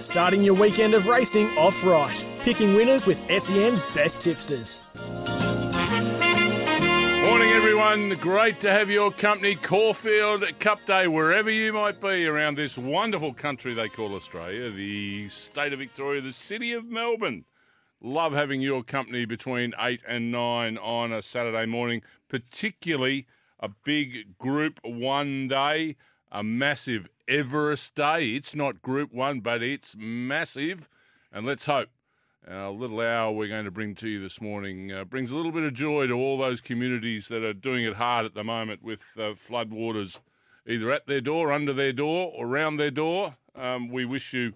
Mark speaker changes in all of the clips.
Speaker 1: starting your weekend of racing off right, picking winners with SEN's best tipsters.
Speaker 2: Morning, everyone. Great to have your company, Caulfield Cup Day, wherever you might be around this wonderful country they call Australia, the state of Victoria, the city of Melbourne. Love having your company between 8 and 9 on a Saturday morning, particularly a big Group 1 day, a massive Everest day. It's not Group 1, but it's massive. And let's hope a little hour we're going to bring to you this morning uh, brings a little bit of joy to all those communities that are doing it hard at the moment with uh, floodwaters either at their door, under their door, or around their door. Um, we wish you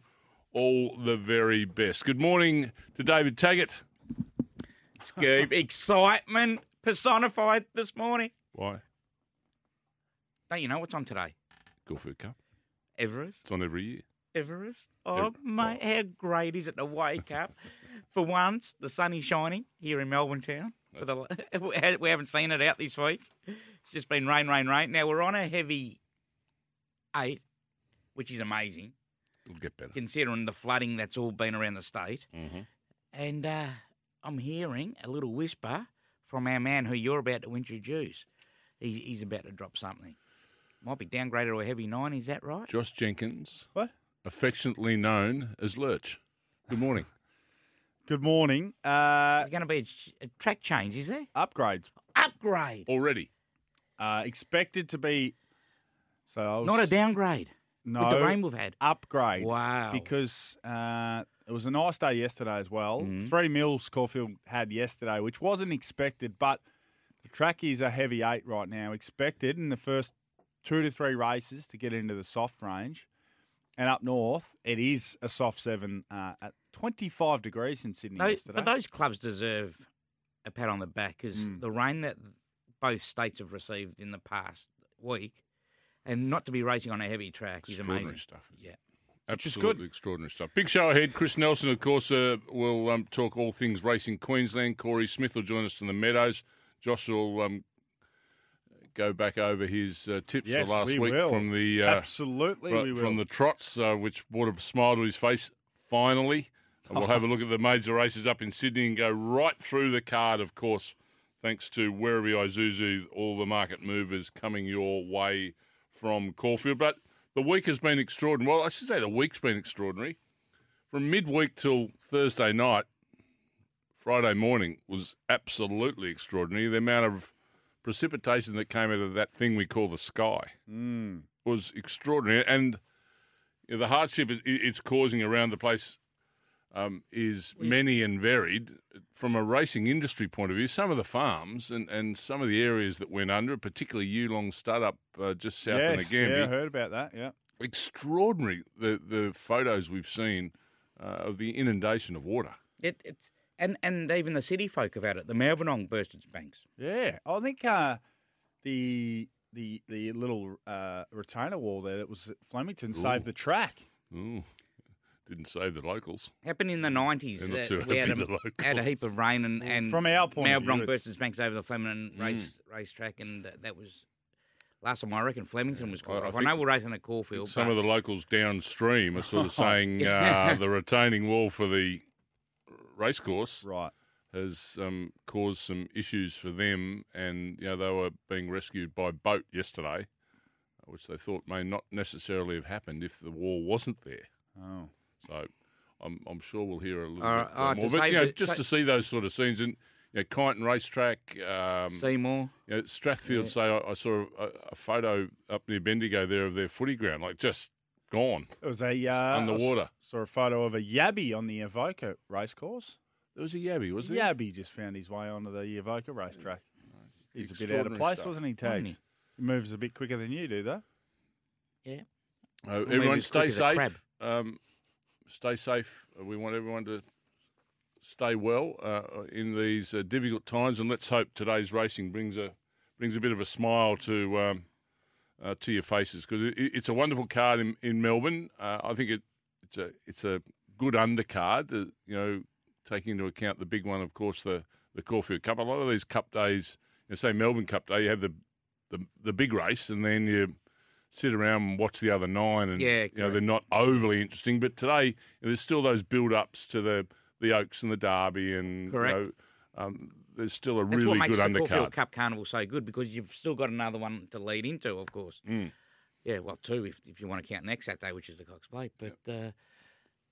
Speaker 2: all the very best. Good morning to David Taggart.
Speaker 3: Scoob, excitement personified this morning.
Speaker 2: Why?
Speaker 3: Don't you know what's on today?
Speaker 2: Caulfield Cup.
Speaker 3: Everest.
Speaker 2: It's on every year.
Speaker 3: Everest. Oh, mate, how great is it to wake up? For once, the sun is shining here in Melbourne town. For the, we ha- we haven't seen it out this week. It's just been rain, rain, rain. Now, we're on a heavy eight, which is amazing,
Speaker 2: It'll get better. Mm-hmm.
Speaker 3: considering the flooding that's all been around the state. And uh, I'm hearing a little whisper from our man who you're about to introduce. He, he's about to drop something. Might be downgraded to a heavy nine, is that right?
Speaker 2: Josh Jenkins,
Speaker 4: What?
Speaker 2: affectionately known as Lurch. Good morning.
Speaker 4: Good morning. Uh,
Speaker 3: There's going to be a, ch- a track change, is there?
Speaker 4: upgrades
Speaker 3: Upgrade,
Speaker 2: Already.
Speaker 4: uh, expected to be. So I was,
Speaker 3: not a downgrade.
Speaker 4: no
Speaker 3: With the rain we've had.
Speaker 4: upgrade.
Speaker 3: Wow.
Speaker 4: Because uh, it was a nice day yesterday as well.
Speaker 3: Mm-hmm.
Speaker 4: Three mils Caulfield had yesterday, which wasn't expected, but the track is a heavy eight right now. Expected in the first two to three races to get into the soft range, and up north it is a soft seven uh, at twenty five degrees in Sydney
Speaker 3: Those,
Speaker 4: yesterday.
Speaker 3: but those clubs deserve a pat on the back because
Speaker 4: Hmm.
Speaker 3: the rain that both states have received in the past week, and not to be racing on a heavy track is
Speaker 2: Extraordinary
Speaker 3: amazing.
Speaker 2: stuff.
Speaker 3: Yeah.
Speaker 4: Which is
Speaker 2: Absolutely
Speaker 4: good.
Speaker 2: extraordinary stuff. Big show ahead. Chris Nelson, of course, uh, will um, talk all things racing Queensland. Corey Smith will join us in the Meadows. Josh will um, go back over his uh, tips
Speaker 4: Yes,
Speaker 2: for last
Speaker 4: we
Speaker 2: week
Speaker 4: will.
Speaker 2: from the uh,
Speaker 4: Absolutely,
Speaker 2: fro-
Speaker 4: we will.
Speaker 2: from the trots, uh, which brought a smile to his face. Finally, And we'll have a look at the major races up in Sydney and go right through the card, of course, thanks to Werribee Izuzu, all the market movers coming your way from Caulfield. But the week has been extraordinary. Well, I should say the week's been extraordinary. From midweek till Thursday night, Friday morning was absolutely extraordinary. The amount of precipitation that came out of that thing we call the sky was extraordinary, and you know, the hardship it- it- it's causing around the place um, is many and varied. From a racing industry point of view, some of the farms and, and some of the areas that went under, particularly Yulong Startup uh, just south of
Speaker 4: yes,
Speaker 2: Nagambie,
Speaker 4: yeah, I heard about that. Yeah.
Speaker 2: extraordinary the the photos we've seen uh, of the inundation of water.
Speaker 3: It, it's and and even the city folk have had it. The Melbourne burst its banks.
Speaker 4: Yeah, I think uh, the the the little uh, retainer wall there that was at Flemington saved the track.
Speaker 2: Ooh, didn't save the locals.
Speaker 3: Happened in the nineties.
Speaker 2: They're not Mm. too
Speaker 3: we had
Speaker 2: happy, the
Speaker 3: a, had a
Speaker 2: locals.
Speaker 3: heap of rain and, and
Speaker 4: Mm. From our point of
Speaker 3: Melbourne
Speaker 4: view,
Speaker 3: burst
Speaker 4: it's-
Speaker 3: its banks over the Flemington
Speaker 2: Mm.
Speaker 3: race racetrack, and that, that was last time I reckon Flemington was called
Speaker 2: I- I
Speaker 3: off. I,
Speaker 2: think
Speaker 3: know we're racing at Caulfield.
Speaker 2: Some of
Speaker 3: but
Speaker 2: the locals downstream are sort of saying uh, the retaining wall for the racecourse
Speaker 4: Right.
Speaker 2: has um, caused some issues for them, and you know they were being rescued by boat yesterday, which they thought may not necessarily have happened if the wall wasn't there.
Speaker 4: Oh.
Speaker 2: So I'm, I'm sure we'll hear a little
Speaker 3: All
Speaker 2: bit
Speaker 3: right, all right,
Speaker 2: more,
Speaker 3: to
Speaker 2: but
Speaker 3: save
Speaker 2: you know,
Speaker 3: the-
Speaker 2: just
Speaker 3: sa-
Speaker 2: to see those sort of scenes, and you know, Kyneton Racetrack, um,
Speaker 3: Seymour.
Speaker 2: you know, Strathfield. Say, I, I saw a, a photo up near Bendigo there of their footy ground, like just gone.
Speaker 4: It was a uh,
Speaker 2: underwater.
Speaker 4: I s- saw a photo of a yabby on the Avoca racecourse.
Speaker 2: There was a Yabby, was there?
Speaker 4: Yabby just found his way onto the Avoca racetrack. He's a bit out of
Speaker 2: Extraordinary
Speaker 4: place,
Speaker 2: stuff.
Speaker 4: wasn't he,
Speaker 3: Wasn't
Speaker 4: Tags? He moves a bit quicker than you do, though.
Speaker 2: Uh,
Speaker 3: maybe
Speaker 2: everyone,
Speaker 3: it's
Speaker 2: stay
Speaker 3: quick as a crab.
Speaker 2: safe. Um, stay safe. Uh, We want everyone to stay well uh, in these uh, difficult times, and let's hope today's racing brings a brings a bit of a smile to um, uh, to your faces because it, it- it's a wonderful card in, in Melbourne. Uh, I think it, it's a it's a good undercard. Uh, you know, taking into account the big one, of course, the the Caulfield Cup. A lot of these Cup days, you know, say Melbourne Cup Day, you have the the, the big race, and then you sit around and watch the other nine, and
Speaker 3: Yeah,
Speaker 2: you know
Speaker 3: correct.
Speaker 2: they're not overly interesting. But today, you know, there's still those build ups to the the Oaks and the Derby, and
Speaker 3: Correct.
Speaker 2: you know, um, there's still a
Speaker 3: That's
Speaker 2: really
Speaker 3: what makes
Speaker 2: good
Speaker 3: the Caulfield
Speaker 2: undercard.
Speaker 3: Cup Carnival so good because you've still got another one to lead into, of course.
Speaker 2: Mm.
Speaker 3: Yeah, well, two if, if you want to count next Saturday, which is the Cox Plate. But uh,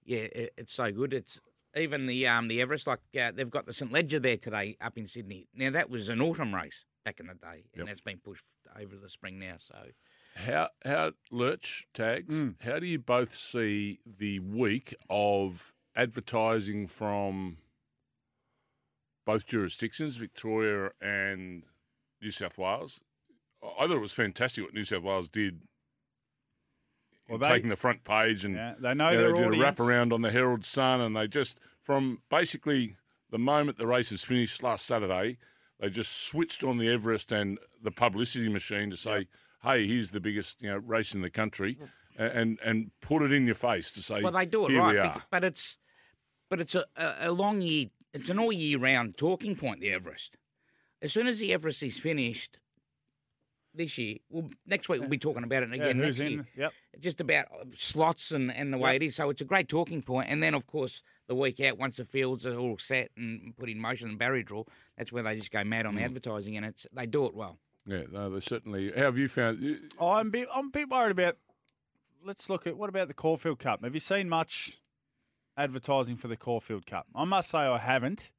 Speaker 3: yeah, it, it's so good. It's even the um, the Everest, like uh, they've got the St Ledger there today up in Sydney. Now that was an autumn race back in the day, and
Speaker 2: Yep.
Speaker 3: that's been pushed over to the spring now. So
Speaker 2: How how Lurch tags?
Speaker 4: Mm.
Speaker 2: How do you both see the week of advertising from both jurisdictions, Victoria and New South Wales? I- I thought it was fantastic what New South Wales did,
Speaker 4: Well,
Speaker 2: in
Speaker 4: they-
Speaker 2: taking the front page and
Speaker 4: Yeah, they know
Speaker 2: you know,
Speaker 4: their
Speaker 2: Hmm. they did a
Speaker 4: audience.
Speaker 2: wraparound on the Herald Sun, and they just from basically the moment the race is finished last Saturday, they just switched on the Everest and the publicity machine to say, "Hey, here's the biggest you know race in the country," a- and and put it in your face to say,
Speaker 3: well, they do it
Speaker 2: Here
Speaker 3: right,
Speaker 2: we
Speaker 3: bec-
Speaker 2: are."
Speaker 3: but it's but it's a, a, a long year. It's an all year round talking point. The Everest. As soon as the Everest is finished this year, well, next week we'll be talking about it
Speaker 4: Yeah,
Speaker 3: again.
Speaker 4: who's
Speaker 3: next
Speaker 4: in?
Speaker 3: year.
Speaker 4: Yep.
Speaker 3: just about uh, slots and, and the way it is. So it's a great talking point. And then, of course, the week out, once the fields are all set and put in motion and barrier draw, that's where they just go mad on the advertising, and it's they do it well.
Speaker 2: yeah, no, they certainly. How have you found? you-
Speaker 4: Oh, I'm a bit, I'm a bit worried about. Let's look at what about the Caulfield Cup? Have you seen much advertising for the Caulfield Cup? I must say I haven't.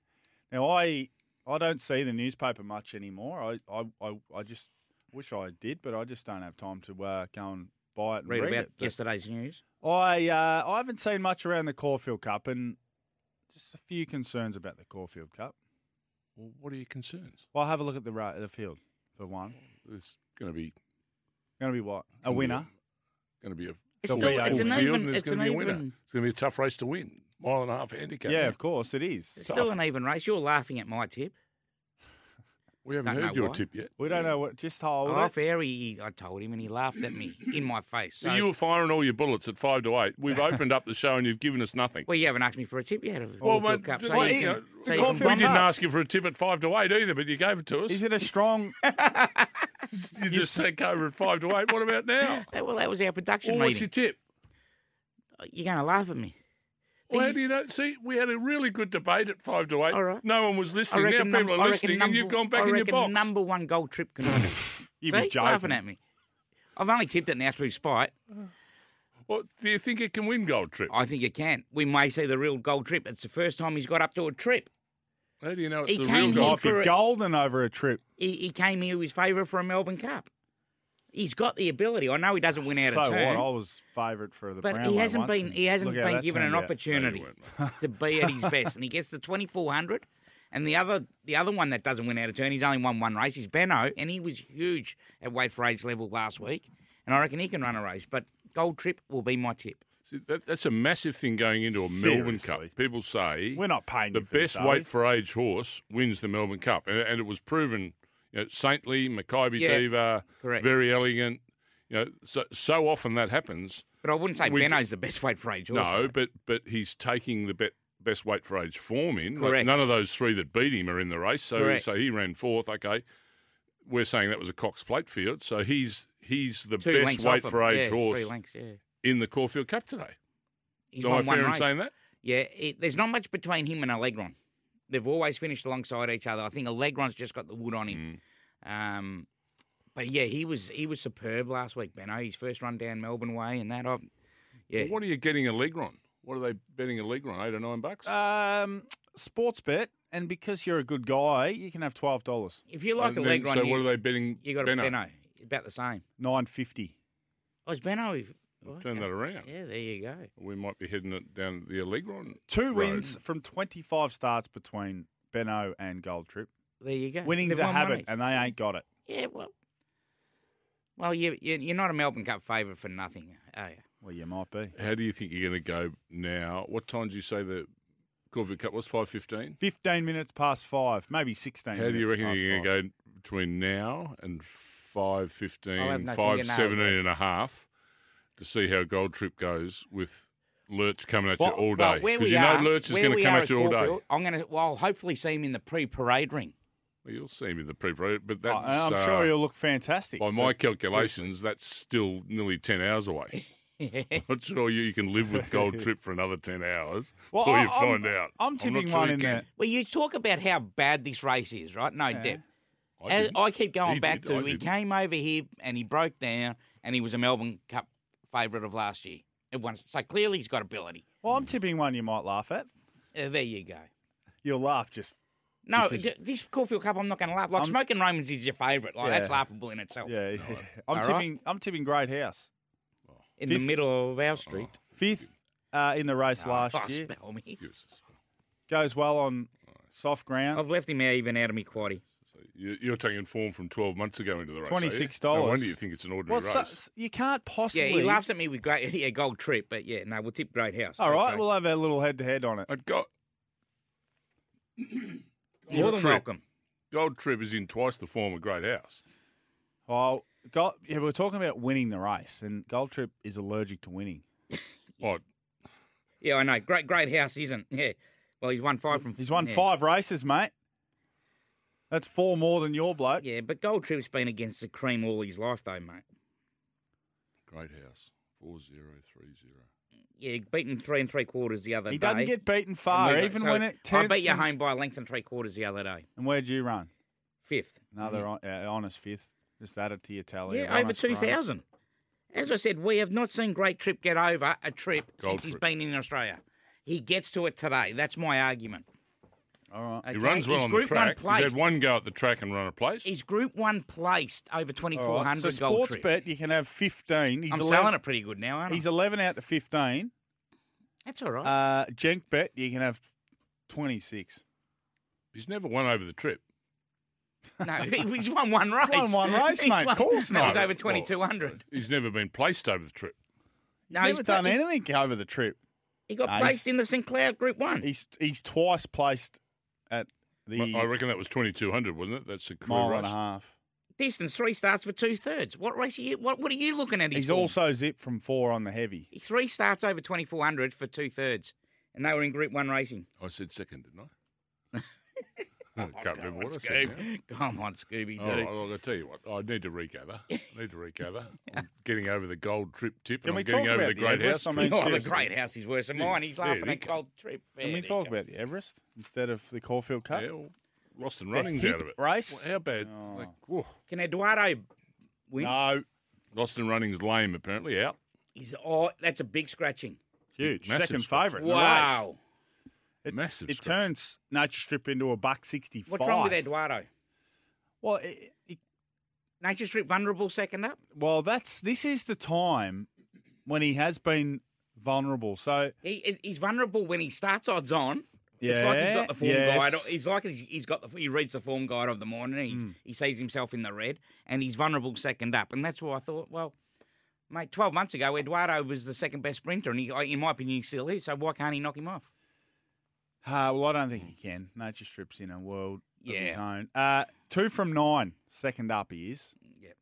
Speaker 4: Now I I don't see the newspaper much anymore. I I, I, I just wish I did, but I just don't have time to uh, go and buy it and
Speaker 3: Read
Speaker 4: read,
Speaker 3: about
Speaker 4: it. But
Speaker 3: yesterday's news.
Speaker 4: I uh, I haven't seen much around the Caulfield Cup, and just a few concerns about the Caulfield Cup.
Speaker 2: well, what are your concerns?
Speaker 4: Well, have a look at the ra- the field for one.
Speaker 2: There's going to be
Speaker 4: Going to be what a winner.
Speaker 2: Going to be a
Speaker 3: It's
Speaker 4: The
Speaker 3: still-
Speaker 4: way
Speaker 3: it's
Speaker 2: full
Speaker 3: an
Speaker 2: field,
Speaker 3: even.
Speaker 2: and
Speaker 3: It's
Speaker 2: there's going
Speaker 3: an
Speaker 2: to be a winner.
Speaker 3: even.
Speaker 2: It's going to be a tough race to win. Mile and a half handicap.
Speaker 4: Yeah, of course it is.
Speaker 3: It's still an even race. You're laughing at my tip.
Speaker 2: we haven't
Speaker 3: Don't
Speaker 2: heard
Speaker 3: know
Speaker 2: your
Speaker 3: why.
Speaker 2: tip yet.
Speaker 4: We don't know what. Just hold
Speaker 3: Off
Speaker 4: it.
Speaker 3: air, he, I told him, and he laughed at me in my face.
Speaker 2: So
Speaker 3: So-
Speaker 2: you were firing all your bullets at five to eight. We've opened up the show and you've given us nothing.
Speaker 3: well, you haven't asked me for a tip yet. Of the
Speaker 2: Well,
Speaker 3: Caulfield
Speaker 2: mate,
Speaker 3: Cup,
Speaker 2: well,
Speaker 3: you
Speaker 2: you
Speaker 3: can-
Speaker 2: know,
Speaker 3: so you can
Speaker 4: Caulfield
Speaker 2: We
Speaker 4: Well,
Speaker 3: bomb
Speaker 2: didn't
Speaker 4: no.
Speaker 3: up.
Speaker 2: ask you for a tip at five to eight either, but you gave it to us.
Speaker 4: Is it a strong?
Speaker 2: you just take over at five to eight. What about now?
Speaker 3: That- Well, that was our production
Speaker 2: Well, what's your
Speaker 3: meeting.
Speaker 2: tip?
Speaker 3: You're going to laugh at me.
Speaker 2: Well, how
Speaker 3: These-
Speaker 2: do you know? See, we had a really good debate at five to eight.
Speaker 3: All right.
Speaker 2: No one was listening. Now Oh, people
Speaker 3: num- I
Speaker 2: are
Speaker 3: reckon
Speaker 2: listening, and
Speaker 3: number-
Speaker 2: you've gone back
Speaker 3: I
Speaker 2: in your
Speaker 3: reckon
Speaker 2: box.
Speaker 3: Number one gold trip contender.
Speaker 4: You
Speaker 3: See, laughing at me. I've only tipped it now through spite.
Speaker 2: Well, do you think it can win Gold Trip?
Speaker 3: I think you can. We may see the real gold trip. It's the first time he's got up to a trip.
Speaker 2: How do you know it's
Speaker 3: He
Speaker 2: the real
Speaker 3: came here
Speaker 2: Gold
Speaker 4: Might
Speaker 2: Trip?
Speaker 3: for
Speaker 4: be
Speaker 3: it.
Speaker 4: golden over a trip.
Speaker 3: He, he came here with favour for a Melbourne Cup. He's got the ability. I know he doesn't win out
Speaker 4: so
Speaker 3: of turn,
Speaker 4: what? I was favourite for the.
Speaker 3: but
Speaker 4: Brownlow
Speaker 3: he hasn't
Speaker 4: once,
Speaker 3: been
Speaker 4: and
Speaker 3: he hasn't
Speaker 4: look how
Speaker 3: been
Speaker 4: that
Speaker 3: given an
Speaker 4: turned out.
Speaker 3: opportunity
Speaker 2: weren't,
Speaker 3: to be at his best, and he gets the twenty four hundred. And the other the other one that doesn't win out of turn, he's only won one race. He's Benno, and he was huge at weight for age level last week, and I reckon he can run a race. But Gold Trip will be my tip.
Speaker 2: See, that, that's a massive thing going into a Melbourne Cup.
Speaker 4: Seriously.
Speaker 2: People say
Speaker 4: We're not paying
Speaker 2: the
Speaker 4: you for this,
Speaker 2: best
Speaker 4: are we?
Speaker 2: weight for age horse wins the Melbourne Cup, and, and it was proven. You know, Saintly, Maccabi
Speaker 3: Yeah,
Speaker 2: Diva,
Speaker 3: correct.
Speaker 2: very elegant. You know, so so often that happens.
Speaker 3: But I wouldn't say
Speaker 2: We d-
Speaker 3: Benno's the best weight for age.
Speaker 2: No,
Speaker 3: also.
Speaker 2: but but he's taking the bet, best weight for age form in. Like,
Speaker 3: Correct.
Speaker 2: none of those three that beat him are in the race, so
Speaker 3: Correct.
Speaker 2: so he ran fourth. Okay, we're saying that was a Cox Plate field, so he's he's the
Speaker 3: two
Speaker 2: best
Speaker 3: lengths
Speaker 2: weight
Speaker 3: off
Speaker 2: for
Speaker 3: him.
Speaker 2: age
Speaker 3: yeah,
Speaker 2: horse
Speaker 3: Three lengths, yeah.
Speaker 2: in the Caulfield Cup today.
Speaker 3: He's
Speaker 2: Am I
Speaker 3: won one
Speaker 2: fair in
Speaker 3: race.
Speaker 2: saying that?
Speaker 3: Yeah, it, there's not much between him and Allegron. They've always finished alongside each other. I think Allegron's just got the wood on him.
Speaker 2: Mm.
Speaker 3: Um, but yeah, he was he was superb last week, Benno. His first run down Melbourne way and that. I, yeah, Uh,
Speaker 2: What are you getting a leg on? What are they betting a leg on? Eight or nine bucks?
Speaker 4: Um, sports bet and because you're a good guy, you can have twelve dollars,
Speaker 3: If you like
Speaker 2: And
Speaker 3: a
Speaker 2: then-
Speaker 3: leg run,
Speaker 2: so
Speaker 3: you,
Speaker 2: what are they betting?
Speaker 3: you got a
Speaker 2: Benno?
Speaker 3: Benno. About the same.
Speaker 4: nine fifty.
Speaker 3: Oh, it's Benno. who-
Speaker 2: I'll Turn that around.
Speaker 3: Yeah, there you go.
Speaker 2: We might be heading it down the Allegron.
Speaker 4: Two
Speaker 2: road.
Speaker 4: wins from twenty five starts between Benno and Gold Trip.
Speaker 3: There you go.
Speaker 4: Winning's
Speaker 3: They've
Speaker 4: a
Speaker 3: won
Speaker 4: habit,
Speaker 3: money.
Speaker 4: and they ain't got it.
Speaker 3: Yeah, well, well, you, you you're not a Melbourne Cup favourite for nothing, are you?
Speaker 4: Well, you might be
Speaker 2: How do you think you're going to go now? What time do you say the Corvette Cup was? Five fifteen.
Speaker 4: fifteen minutes past five, maybe sixteen.
Speaker 2: How do you
Speaker 4: minutes
Speaker 2: reckon
Speaker 4: past
Speaker 2: you're
Speaker 4: five.
Speaker 2: going to go between now and five
Speaker 3: I'll have
Speaker 2: fifteen,
Speaker 3: no
Speaker 2: five
Speaker 3: fingernails
Speaker 2: seventeen
Speaker 3: left.
Speaker 2: and a half to see how Gold Trip goes with Lurch coming at
Speaker 3: Well,
Speaker 2: you all
Speaker 3: well,
Speaker 2: day?
Speaker 3: where we
Speaker 2: you
Speaker 3: are-
Speaker 2: know Lurch is
Speaker 3: where
Speaker 2: going to
Speaker 3: we
Speaker 2: come
Speaker 3: are
Speaker 2: at you all day.
Speaker 3: Caulfield, I'm going to, well, I'll hopefully see him in the pre-parade ring.
Speaker 2: Well, you'll see me in the pre-parade, but
Speaker 4: Oh,
Speaker 2: that's
Speaker 4: and I'm
Speaker 2: uh,
Speaker 4: sure he'll look fantastic.
Speaker 2: by my calculations, that's still nearly ten hours away. I'm not sure you, you can live with Gold Trip for another ten hours
Speaker 4: Well,
Speaker 2: before
Speaker 4: I-
Speaker 2: you
Speaker 4: I'm-
Speaker 2: find out.
Speaker 4: I'm
Speaker 2: not
Speaker 4: tipping
Speaker 2: sure
Speaker 4: one
Speaker 2: you
Speaker 4: in
Speaker 2: can.
Speaker 4: there.
Speaker 3: Well, you talk about how bad this race is, right? No,
Speaker 4: Yeah.
Speaker 3: Deb.
Speaker 2: I
Speaker 3: And
Speaker 2: didn't.
Speaker 3: I keep going
Speaker 2: He
Speaker 3: back
Speaker 2: did,
Speaker 3: to
Speaker 2: I
Speaker 3: he
Speaker 2: didn't.
Speaker 3: came over here and he broke down and he was a Melbourne Cup favourite of last year. It won, so clearly he's got ability.
Speaker 4: Well, I'm tipping one you might laugh at.
Speaker 3: Uh, there you go.
Speaker 4: You'll laugh just
Speaker 3: No,
Speaker 4: Because-
Speaker 3: th- this Caulfield Cup I'm not going to laugh. Like
Speaker 4: I'm-
Speaker 3: smoking Romans is your favourite. Like that's
Speaker 4: Yeah.
Speaker 3: laughable in itself.
Speaker 4: yeah. yeah.
Speaker 3: All
Speaker 4: I'm
Speaker 3: right.
Speaker 4: tipping. I'm tipping Great House
Speaker 3: In
Speaker 4: Fifth-
Speaker 3: the middle of our street.
Speaker 4: fifth uh, in the race
Speaker 2: Ah,
Speaker 4: last
Speaker 3: Oh,
Speaker 4: year.
Speaker 3: spell me.
Speaker 2: Give us a spell.
Speaker 4: Goes well on soft ground.
Speaker 3: I've left him out even out of me quaddy.
Speaker 2: You- You're taking form from 12 months ago into the race. are you?
Speaker 4: $26.
Speaker 2: No wonder you think it's an ordinary
Speaker 4: Well,
Speaker 2: race.
Speaker 4: so- so you can't
Speaker 3: Yeah,
Speaker 4: possibly.
Speaker 3: he laughs at me with great yeah gold trip, but yeah, no, we'll tip great house.
Speaker 4: All right,
Speaker 3: Okay.
Speaker 4: we'll have a little head to head on it.
Speaker 2: I'd got
Speaker 3: more than
Speaker 2: Trip.
Speaker 3: welcome.
Speaker 2: Gold Trip is in twice the form of Great House.
Speaker 4: Well, Gold, yeah, we we're talking about winning the race, and Gold Trip is allergic to winning.
Speaker 2: Oh,
Speaker 3: Yeah, I know. Great great house isn't. Yeah. Well, he's won five from.
Speaker 4: He's won
Speaker 3: yeah.
Speaker 4: five races, mate. That's four more than your bloke.
Speaker 3: Yeah, but Gold Trip's been against the cream all his life, though, mate.
Speaker 2: Great House. 4030.
Speaker 3: Yeah, beaten three and three quarters the other
Speaker 4: he
Speaker 3: day.
Speaker 4: doesn't get beaten
Speaker 3: And we
Speaker 4: far,
Speaker 3: got-
Speaker 4: even
Speaker 3: so
Speaker 4: when it.
Speaker 3: I
Speaker 4: 10th
Speaker 3: beat you
Speaker 4: and-
Speaker 3: home by a length and three quarters the other day.
Speaker 4: And where'd you run?
Speaker 3: Fifth. Mm.
Speaker 4: Another hon- uh, honest fifth. Just add it to your tally. of
Speaker 3: Mm-hmm. Yeah, over
Speaker 4: honest runs.
Speaker 3: 2,000. As I said, we have not seen Great Trip get over a trip
Speaker 2: Gold
Speaker 3: since he's
Speaker 2: Trip.
Speaker 3: been in Australia. He gets to it today. That's my argument.
Speaker 4: All right.
Speaker 3: Okay?
Speaker 2: He runs well
Speaker 3: he's
Speaker 2: on the
Speaker 3: group
Speaker 2: track.
Speaker 3: One
Speaker 2: He's
Speaker 3: placed.
Speaker 2: had one go at the track and run a place.
Speaker 3: He's group one placed over
Speaker 4: All
Speaker 3: 2,400
Speaker 4: right. So
Speaker 3: Gold
Speaker 4: sports
Speaker 3: Trip.
Speaker 4: bet, you can have 15. He's
Speaker 3: I'm
Speaker 4: 11,
Speaker 3: selling it pretty good now, aren't I?
Speaker 4: He's 11 out to 15.
Speaker 3: That's all right.
Speaker 4: Uh, Jenk bet, you can have 26.
Speaker 2: He's never won over the trip.
Speaker 3: no, he's won one race.
Speaker 4: won one race,
Speaker 3: He's
Speaker 4: mate. Of
Speaker 3: won-
Speaker 4: course
Speaker 3: That was
Speaker 4: not.
Speaker 3: over 2,200.
Speaker 2: He's never been placed over the trip.
Speaker 3: No,
Speaker 4: Never
Speaker 3: he's
Speaker 4: done
Speaker 3: pla- he-
Speaker 4: anything over the trip.
Speaker 3: He got
Speaker 4: No, he's-
Speaker 3: placed in the Sinclair Group One.
Speaker 4: He's he's twice placed at the
Speaker 2: I reckon that was 2200, wasn't it? That's a career
Speaker 4: mile
Speaker 2: race.
Speaker 4: and a half.
Speaker 3: Distance three starts for two thirds. What race are you? What What are you looking at? his
Speaker 4: He's
Speaker 3: form?
Speaker 4: also zipped from four on the heavy.
Speaker 3: three starts over twenty four hundred for two thirds, and they were in Group One racing.
Speaker 2: I said second, didn't I?
Speaker 4: Oh,
Speaker 2: I can't remember what I said. now.
Speaker 3: Scoob. Come on, Scooby Doo.
Speaker 2: All right, well, I'll tell you what, I need to regather. I need to regather. I'm getting over the gold trip tip
Speaker 4: Can
Speaker 2: and
Speaker 4: we
Speaker 2: I'm getting
Speaker 4: talk
Speaker 2: over
Speaker 4: about
Speaker 2: the
Speaker 4: the
Speaker 2: great
Speaker 4: Everest?
Speaker 2: house
Speaker 4: I
Speaker 2: trip.
Speaker 4: mean,
Speaker 3: Oh, the
Speaker 4: seriously.
Speaker 3: great house is worse than mine. He's laughing
Speaker 2: there you
Speaker 3: at Gold Trip.
Speaker 4: Can we talk about the Everest instead of the Caulfield Cup?
Speaker 2: Yeah, well, lost and runnings
Speaker 4: hip
Speaker 2: out of it.
Speaker 4: race? Oh.
Speaker 2: Well, how bad? Like, whew.
Speaker 3: Can Eduardo win?
Speaker 4: No,
Speaker 2: Lost and runnings lame, apparently, out.
Speaker 3: He's oh, that's a big scratching.
Speaker 4: huge
Speaker 2: Massive
Speaker 4: second
Speaker 2: scratch.
Speaker 4: favourite. in the race.
Speaker 3: Wow.
Speaker 4: It-
Speaker 2: Massive
Speaker 4: It
Speaker 2: scratch.
Speaker 4: turns Nature Strip into a buck sixty-five.
Speaker 3: What's wrong with Eduardo?
Speaker 4: Well, it, it,
Speaker 3: Nature Strip vulnerable second up.
Speaker 4: well, that's this is the time when he has been vulnerable. So
Speaker 3: He he's vulnerable when he starts odds on. It's like he's got the form
Speaker 4: Yeah,
Speaker 3: guide.
Speaker 4: yes.
Speaker 3: He's like he's, he's got the, he reads the form guide of the morning. And he's, He sees himself in the red, and he's vulnerable second up. And that's why I thought, well, mate, twelve months ago Eduardo was the second best sprinter, and he, I- in my opinion, he still is. So why can't he knock him off?
Speaker 4: Uh, well, I don't think he can. Nature Strip's in a world of his
Speaker 3: Yeah.
Speaker 4: own. Uh, two from nine, second up he is.
Speaker 3: Yep.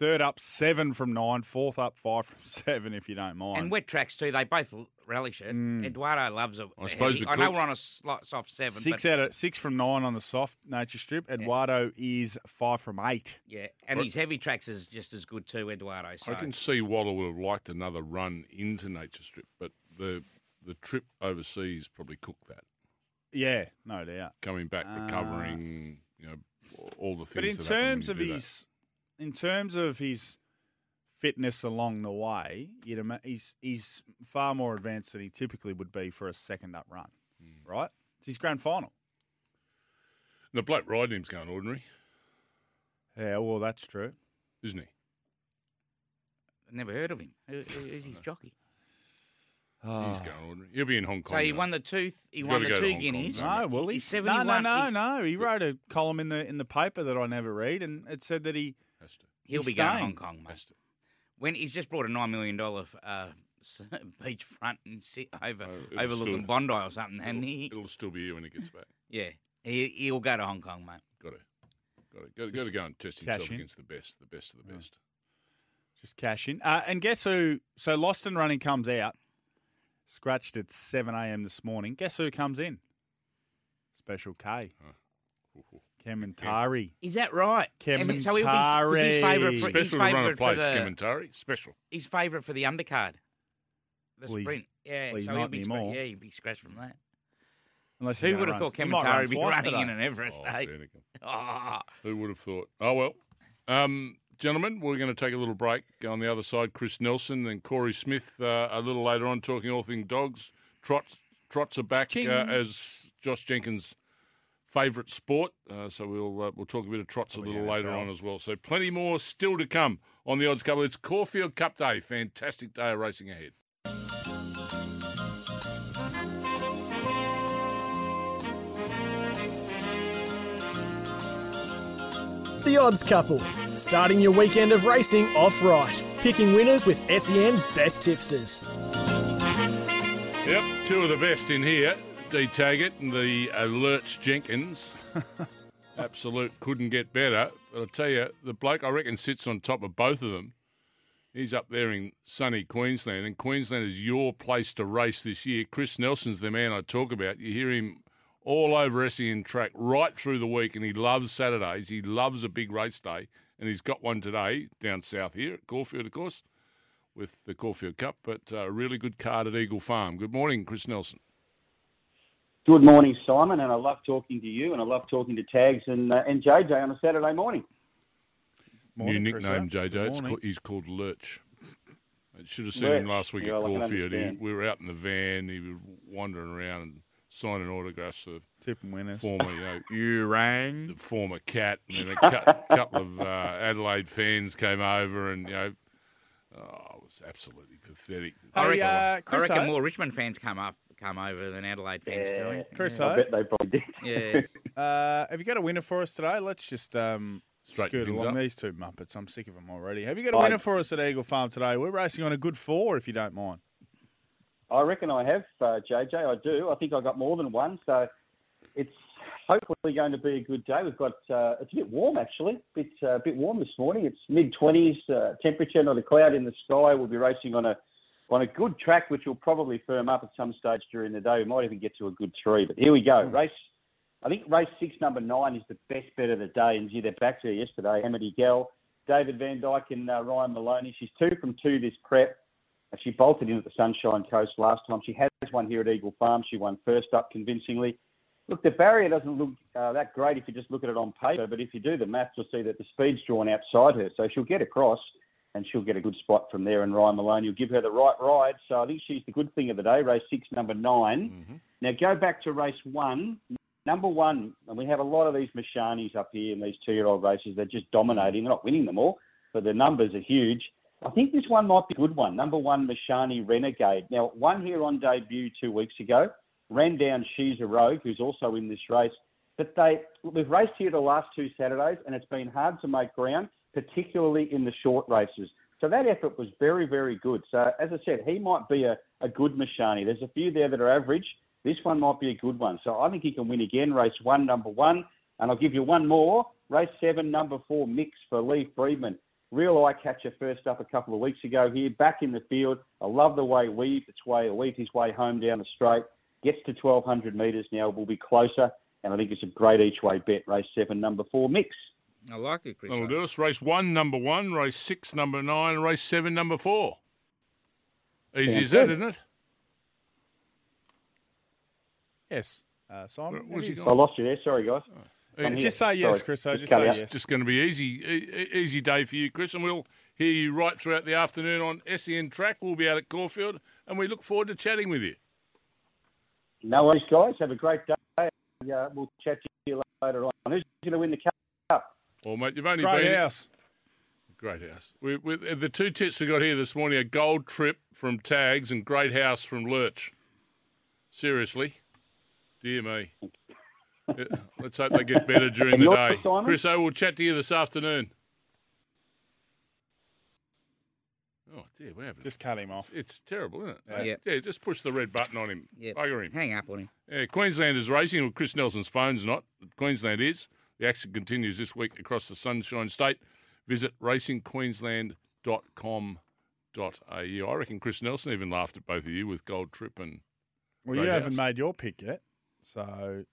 Speaker 4: Third up, seven from nine. Fourth up, five from seven, if you don't mind.
Speaker 3: And wet tracks too. They both l- relish it. Eduardo loves it.
Speaker 2: I suppose we
Speaker 3: I know
Speaker 2: could-
Speaker 3: we're on a sli- soft seven.
Speaker 4: six
Speaker 3: but,
Speaker 4: out of six from nine on the soft Nature Strip. Eduardo is five from eight.
Speaker 3: Yeah, and his heavy tracks is just as good too, Eduardo. So
Speaker 2: I can see Waddle would have liked another run into Nature Strip, but the the trip overseas probably cooked that.
Speaker 4: Yeah, no doubt.
Speaker 2: Coming back,
Speaker 3: Ah.
Speaker 2: recovering, you know, all the things.
Speaker 4: But in
Speaker 2: that happen when
Speaker 4: terms
Speaker 2: you
Speaker 4: of
Speaker 2: do that.
Speaker 4: his, in terms of his fitness along the way, you'd ima- he's he's far more advanced than he typically would be for a second up run, right? It's his grand final.
Speaker 2: The bloke riding him's going ordinary,
Speaker 4: Yeah, well, that's true.
Speaker 2: isn't he?
Speaker 3: Never heard of him. Who, who- who's his jockey?
Speaker 2: He's going ordinary. He'll be in Hong Kong.
Speaker 3: Ah. So he
Speaker 2: though.
Speaker 3: won the two. He
Speaker 2: You've
Speaker 3: won
Speaker 2: gotta go to
Speaker 3: the two
Speaker 2: Hong Kong,
Speaker 3: guineas.
Speaker 2: don't
Speaker 4: No, well,
Speaker 3: He's
Speaker 4: he's, no, no,
Speaker 3: 71.
Speaker 4: no,
Speaker 3: He-
Speaker 4: no. He wrote a column in the in the paper that I never read, and it said that he
Speaker 2: Has to.
Speaker 3: He'll be
Speaker 4: He's
Speaker 3: going to Hong
Speaker 4: staying.
Speaker 3: Kong, mate.
Speaker 2: Has to.
Speaker 3: When he's just brought a nine million dollar uh, s- beachfront and sit over
Speaker 2: Oh, it'll
Speaker 3: overlooking
Speaker 2: still-
Speaker 3: Bondi or something, and
Speaker 2: It'll,
Speaker 3: he
Speaker 2: it'll still be here when he gets back.
Speaker 3: yeah he he'll go to Hong Kong, mate.
Speaker 2: Got to, got to, got to, got to go and test
Speaker 4: Cash
Speaker 2: himself
Speaker 4: in.
Speaker 2: against the best, the best
Speaker 3: Ah.
Speaker 2: of the best.
Speaker 4: just cash in. Uh, and guess who? So Lost and Running comes out, scratched at seven a.m. this morning. Guess who comes in? Special K, Cameron Tari.
Speaker 3: Is that right?
Speaker 4: Kevin
Speaker 3: so he'll be 'cause he's favourite for, he's
Speaker 2: Special to run a
Speaker 3: favourite for
Speaker 2: place,
Speaker 3: the
Speaker 2: Kementari. Special.
Speaker 3: he's favourite for the undercard. The
Speaker 4: Well, he's-
Speaker 3: sprint, yeah.
Speaker 4: well, he's
Speaker 3: so
Speaker 4: not
Speaker 3: he'll be scra-
Speaker 4: anymore.
Speaker 3: yeah, he'll be scratched from that.
Speaker 4: Unless
Speaker 3: Who
Speaker 4: he's gonna
Speaker 3: would have
Speaker 4: run-
Speaker 3: thought
Speaker 4: he might
Speaker 3: Kementari
Speaker 4: run
Speaker 3: would be
Speaker 4: twice
Speaker 3: running
Speaker 4: today.
Speaker 3: in an Everest?
Speaker 2: Oh,
Speaker 3: eh?
Speaker 2: there you go.
Speaker 3: Ah.
Speaker 2: Who would have thought? Oh well, um, gentlemen, we're going to take a little break. On the other side, Chris Nelson and Corey Smith uh, a little later on, talking all things dogs. Trots, trots are back uh,
Speaker 4: Ching.
Speaker 2: as Josh Jenkins' favourite sport. Uh, so we'll uh, we'll talk a bit of trots a little later on as well. So plenty more still to come on the Odds Couple. It's Caulfield Cup Day. Fantastic day of racing ahead.
Speaker 1: The Odds Couple, starting your weekend of racing off right, picking winners with SEN's best tipsters.
Speaker 2: Yep, two of the best in here. D Taggart and the uh, Lurch Jenkins. Absolute couldn't get better. But I'll tell you, the bloke I reckon sits on top of both of them. He's up there in sunny Queensland, and Queensland is your place to race this year. Chris Nelson's the man I talk about. You hear him all over SEN track right through the week, and he loves Saturdays. He loves a big race day, and he's got one today down south here at Caulfield, of course with the Caulfield Cup, but uh, a really good card at Eagle Farm. Good morning, Chris Nelson.
Speaker 5: Good morning, Simon, and I love talking to you, and I love talking to Tags and uh, and JJ on a Saturday morning.
Speaker 4: Morning,
Speaker 2: New
Speaker 4: Chris,
Speaker 2: nickname,
Speaker 4: yeah. Good
Speaker 2: JJ. It's
Speaker 4: morning.
Speaker 2: called, he's called Lurch. It should have seen him
Speaker 5: Lurch.
Speaker 2: last week
Speaker 5: Yeah, I
Speaker 2: at
Speaker 5: can
Speaker 2: Caulfield. He,
Speaker 5: understand.
Speaker 2: we were out in the van. He was wandering around and signing autographs for
Speaker 4: Tip and winners.
Speaker 2: former, you know,
Speaker 4: You
Speaker 2: the
Speaker 4: rang.
Speaker 2: former cat, and then a cou- couple of uh, Adelaide fans came over, and you know, oh, it was absolutely pathetic.
Speaker 4: Hey,
Speaker 2: Horrible.
Speaker 4: uh,
Speaker 3: I
Speaker 4: Chris,
Speaker 3: reckon more Richmond fans come up, come over than Adelaide fans do. eh?
Speaker 4: Chris,
Speaker 5: I bet they probably did.
Speaker 3: Yeah.
Speaker 4: Uh, have you got a winner for us today? Let's just um,
Speaker 2: Straighten
Speaker 4: scoot
Speaker 2: things
Speaker 4: along
Speaker 2: up.
Speaker 4: these two muppets. I'm sick of them already. Have you got a
Speaker 5: I-
Speaker 4: winner for us at Eagle Farm today? We're racing on a good four, if you don't mind.
Speaker 5: I reckon I have uh, JJ. I do. I think I got more than one, so it's hopefully going to be a good day. We've got uh, it's a bit warm actually, bit uh, bit warm this morning. It's mid twenties uh, temperature, not a cloud in the sky. We'll be racing on a on a good track, which will probably firm up at some stage during the day. We might even get to a good three. But here we go. Race. I think race six, number nine, is the best bet of the day. And gee, they're back to yesterday. Amity Gell, David Van Dyke, and uh, Ryan Maloney. She's two from two this prep. And She bolted in at the Sunshine Coast last time. She has won here at Eagle Farm. She won first up convincingly. Look, the barrier doesn't look uh, that great if you just look at it on paper, but if you do the maths, you'll see that the speed's drawn outside her. So she'll get across and she'll get a good spot from there. And Ryan Maloney will give her the right ride. So I think she's the good thing of the day, race six, number 9 Now go back to race one. Number one, and we have a lot of these Mashanis up here in these two year old races. They're just dominating. They're not winning them all, but the numbers are huge. I think this one might be a good one. Number one, Mashani Renegade. Now, one here on debut two weeks ago, ran down She's a Rogue, who's also in this race. But they we've raced here the last two Saturdays, and it's been hard to make ground, particularly in the short races. So that effort was very, very good. So as I said, he might be a, a good Mashani. There's a few there that are average. This one might be a good one. So I think he can win again. Race one, number one. And I'll give you one more. Race seven, number four, mix for Lee Friedman. Real eye catcher first up a couple of weeks ago here, back in the field. I love the way weaved its way, weaved his way home down the straight. Gets to 1,200 metres now, will be closer. And I think it's a great each way bet. Race seven, number four, mix.
Speaker 3: I like it, Chris.
Speaker 2: That'll do us. Race one, number one. Race six, number nine. Race seven, number four. Easy
Speaker 5: Sounds
Speaker 2: as that,
Speaker 5: good.
Speaker 2: isn't it?
Speaker 4: Yes. Uh, Simon,
Speaker 2: Where-
Speaker 4: have
Speaker 2: where's
Speaker 4: you
Speaker 2: he
Speaker 4: got-
Speaker 5: I lost you there. Sorry, guys.
Speaker 2: Uh,
Speaker 5: I'm
Speaker 4: Just
Speaker 5: here.
Speaker 4: say yes,
Speaker 5: Sorry.
Speaker 4: Chris. I just
Speaker 5: cut
Speaker 4: say
Speaker 5: out.
Speaker 4: yes.
Speaker 2: Just going to be easy, e- e- easy day for you, Chris, and we'll hear you right throughout the afternoon on SEN Track. We'll be out at Caulfield, and we look forward to chatting with you.
Speaker 5: No worries, guys. Have a great day. Uh, we'll chat to you later on.
Speaker 2: Well, mate, you've only
Speaker 4: Great
Speaker 2: been
Speaker 4: house.
Speaker 2: Great house. We, we, the two tits we got here this morning are Gold Trip from Tags and Great House from Lurch. Seriously, dear me. Yeah, Let's hope they get better during the
Speaker 5: Yours,
Speaker 2: day.
Speaker 5: Simon?
Speaker 2: Chris, I will chat to you this afternoon. Oh dear, we're having
Speaker 4: Just cut him off.
Speaker 2: it's terrible, isn't it?
Speaker 3: Yeah.
Speaker 2: yeah, just push the red button on him.
Speaker 3: Yep.
Speaker 2: Bugger him.
Speaker 3: Hang up on him.
Speaker 2: Yeah, Queensland is racing. Well, Chris Nelson's phone's not. but Queensland is. The action continues this week across the Sunshine State. Visit racingqueensland.com.au. I reckon Chris Nelson even laughed at both of you with Gold Trip and
Speaker 4: Well,
Speaker 2: Great
Speaker 4: you
Speaker 2: house.
Speaker 4: haven't made your pick yet, so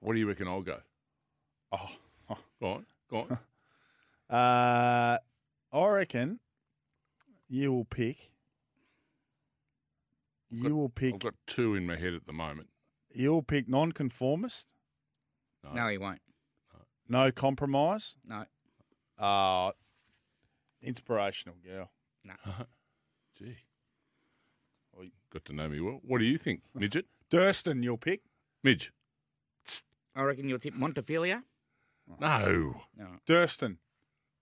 Speaker 2: what do you reckon I'll go?
Speaker 4: oh,
Speaker 2: Go on, go on.
Speaker 4: uh, I reckon you will pick. You will
Speaker 2: I've
Speaker 4: pick.
Speaker 2: got two in my head at the moment.
Speaker 4: You'll pick nonconformist,
Speaker 3: No, he won't.
Speaker 4: no compromise.
Speaker 3: No.
Speaker 4: Uh inspirational girl.
Speaker 2: Gee. Well, you got to know me well. What do you think, Midget?
Speaker 4: Durston, you'll pick.
Speaker 2: Midge?
Speaker 3: I reckon you'll tip Montefilia.
Speaker 2: No,
Speaker 3: No.
Speaker 4: Durston,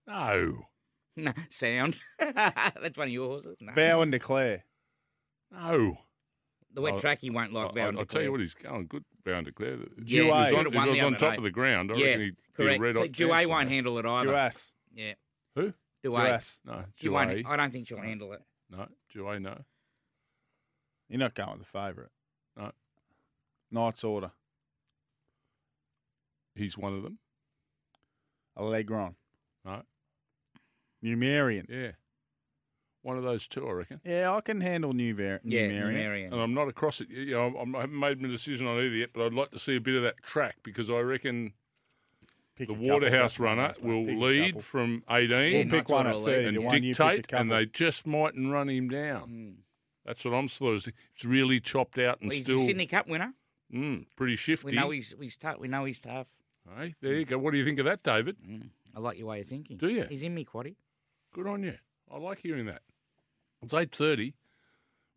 Speaker 2: no,
Speaker 3: No. Sound. That's one of your horses. No.
Speaker 4: vow and declare.
Speaker 2: no.
Speaker 3: the wet
Speaker 2: I'll-
Speaker 3: track he won't like
Speaker 2: I,
Speaker 3: Val.
Speaker 2: will tell you what, he's going good bound to clear.
Speaker 3: Yeah,
Speaker 4: Duet.
Speaker 2: If
Speaker 4: He
Speaker 2: it was
Speaker 3: should've
Speaker 2: on, if
Speaker 3: won
Speaker 2: it was
Speaker 3: the
Speaker 2: on
Speaker 3: other
Speaker 2: top
Speaker 3: night.
Speaker 2: of the ground, I
Speaker 3: yeah,
Speaker 2: reckon he'd be a
Speaker 3: correct.
Speaker 2: red
Speaker 3: So
Speaker 2: hot chance
Speaker 3: Duay
Speaker 2: for
Speaker 3: won't
Speaker 2: that.
Speaker 3: handle it either.
Speaker 4: Duas.
Speaker 3: Yeah,
Speaker 2: Who?
Speaker 3: Duay.
Speaker 4: Duas.
Speaker 2: No,
Speaker 3: She won't.
Speaker 2: Duay.
Speaker 3: I don't think she'll handle it.
Speaker 2: No, Duay, no.
Speaker 4: You're not going with the favourite.
Speaker 2: No.
Speaker 4: Knight's Order.
Speaker 2: He's one of them.
Speaker 4: Allegron.
Speaker 2: No,
Speaker 4: Numerian.
Speaker 2: yeah. One of those two, I reckon.
Speaker 4: Yeah, I can handle Nuver-
Speaker 3: Yeah,
Speaker 4: Numerian.
Speaker 3: Marion.
Speaker 2: And I'm not across it. You know, I'm, I haven't made my decision on either yet, but I'd like to see a bit of that track because I reckon
Speaker 4: Pick
Speaker 2: the
Speaker 4: a couple,
Speaker 2: Waterhouse
Speaker 4: that's my
Speaker 2: runner
Speaker 4: last one.
Speaker 2: will
Speaker 4: Pick a
Speaker 2: lead
Speaker 4: couple.
Speaker 2: from
Speaker 3: Yeah,
Speaker 4: We'll
Speaker 2: 18
Speaker 3: no,
Speaker 4: pick one at
Speaker 3: Knight's Order
Speaker 4: 30
Speaker 3: will
Speaker 4: to
Speaker 3: lead.
Speaker 2: and
Speaker 4: one. You pick a
Speaker 2: dictate, and
Speaker 4: couple.
Speaker 2: they just mightn't run him down.
Speaker 3: Mm.
Speaker 2: That's what I'm slurs. It's really chopped out and
Speaker 3: Well, he's
Speaker 2: still
Speaker 3: a Sydney Cup winner.
Speaker 2: mm, pretty shifty.
Speaker 3: We know he's, he's tough. We know he's tough.
Speaker 2: Hey, there you go. What do you think of that, David?
Speaker 3: Mm. I like your way of thinking.
Speaker 2: Do ya?
Speaker 3: He's in me, Quaddy.
Speaker 2: Good on you. I like hearing that. It's eight thirty.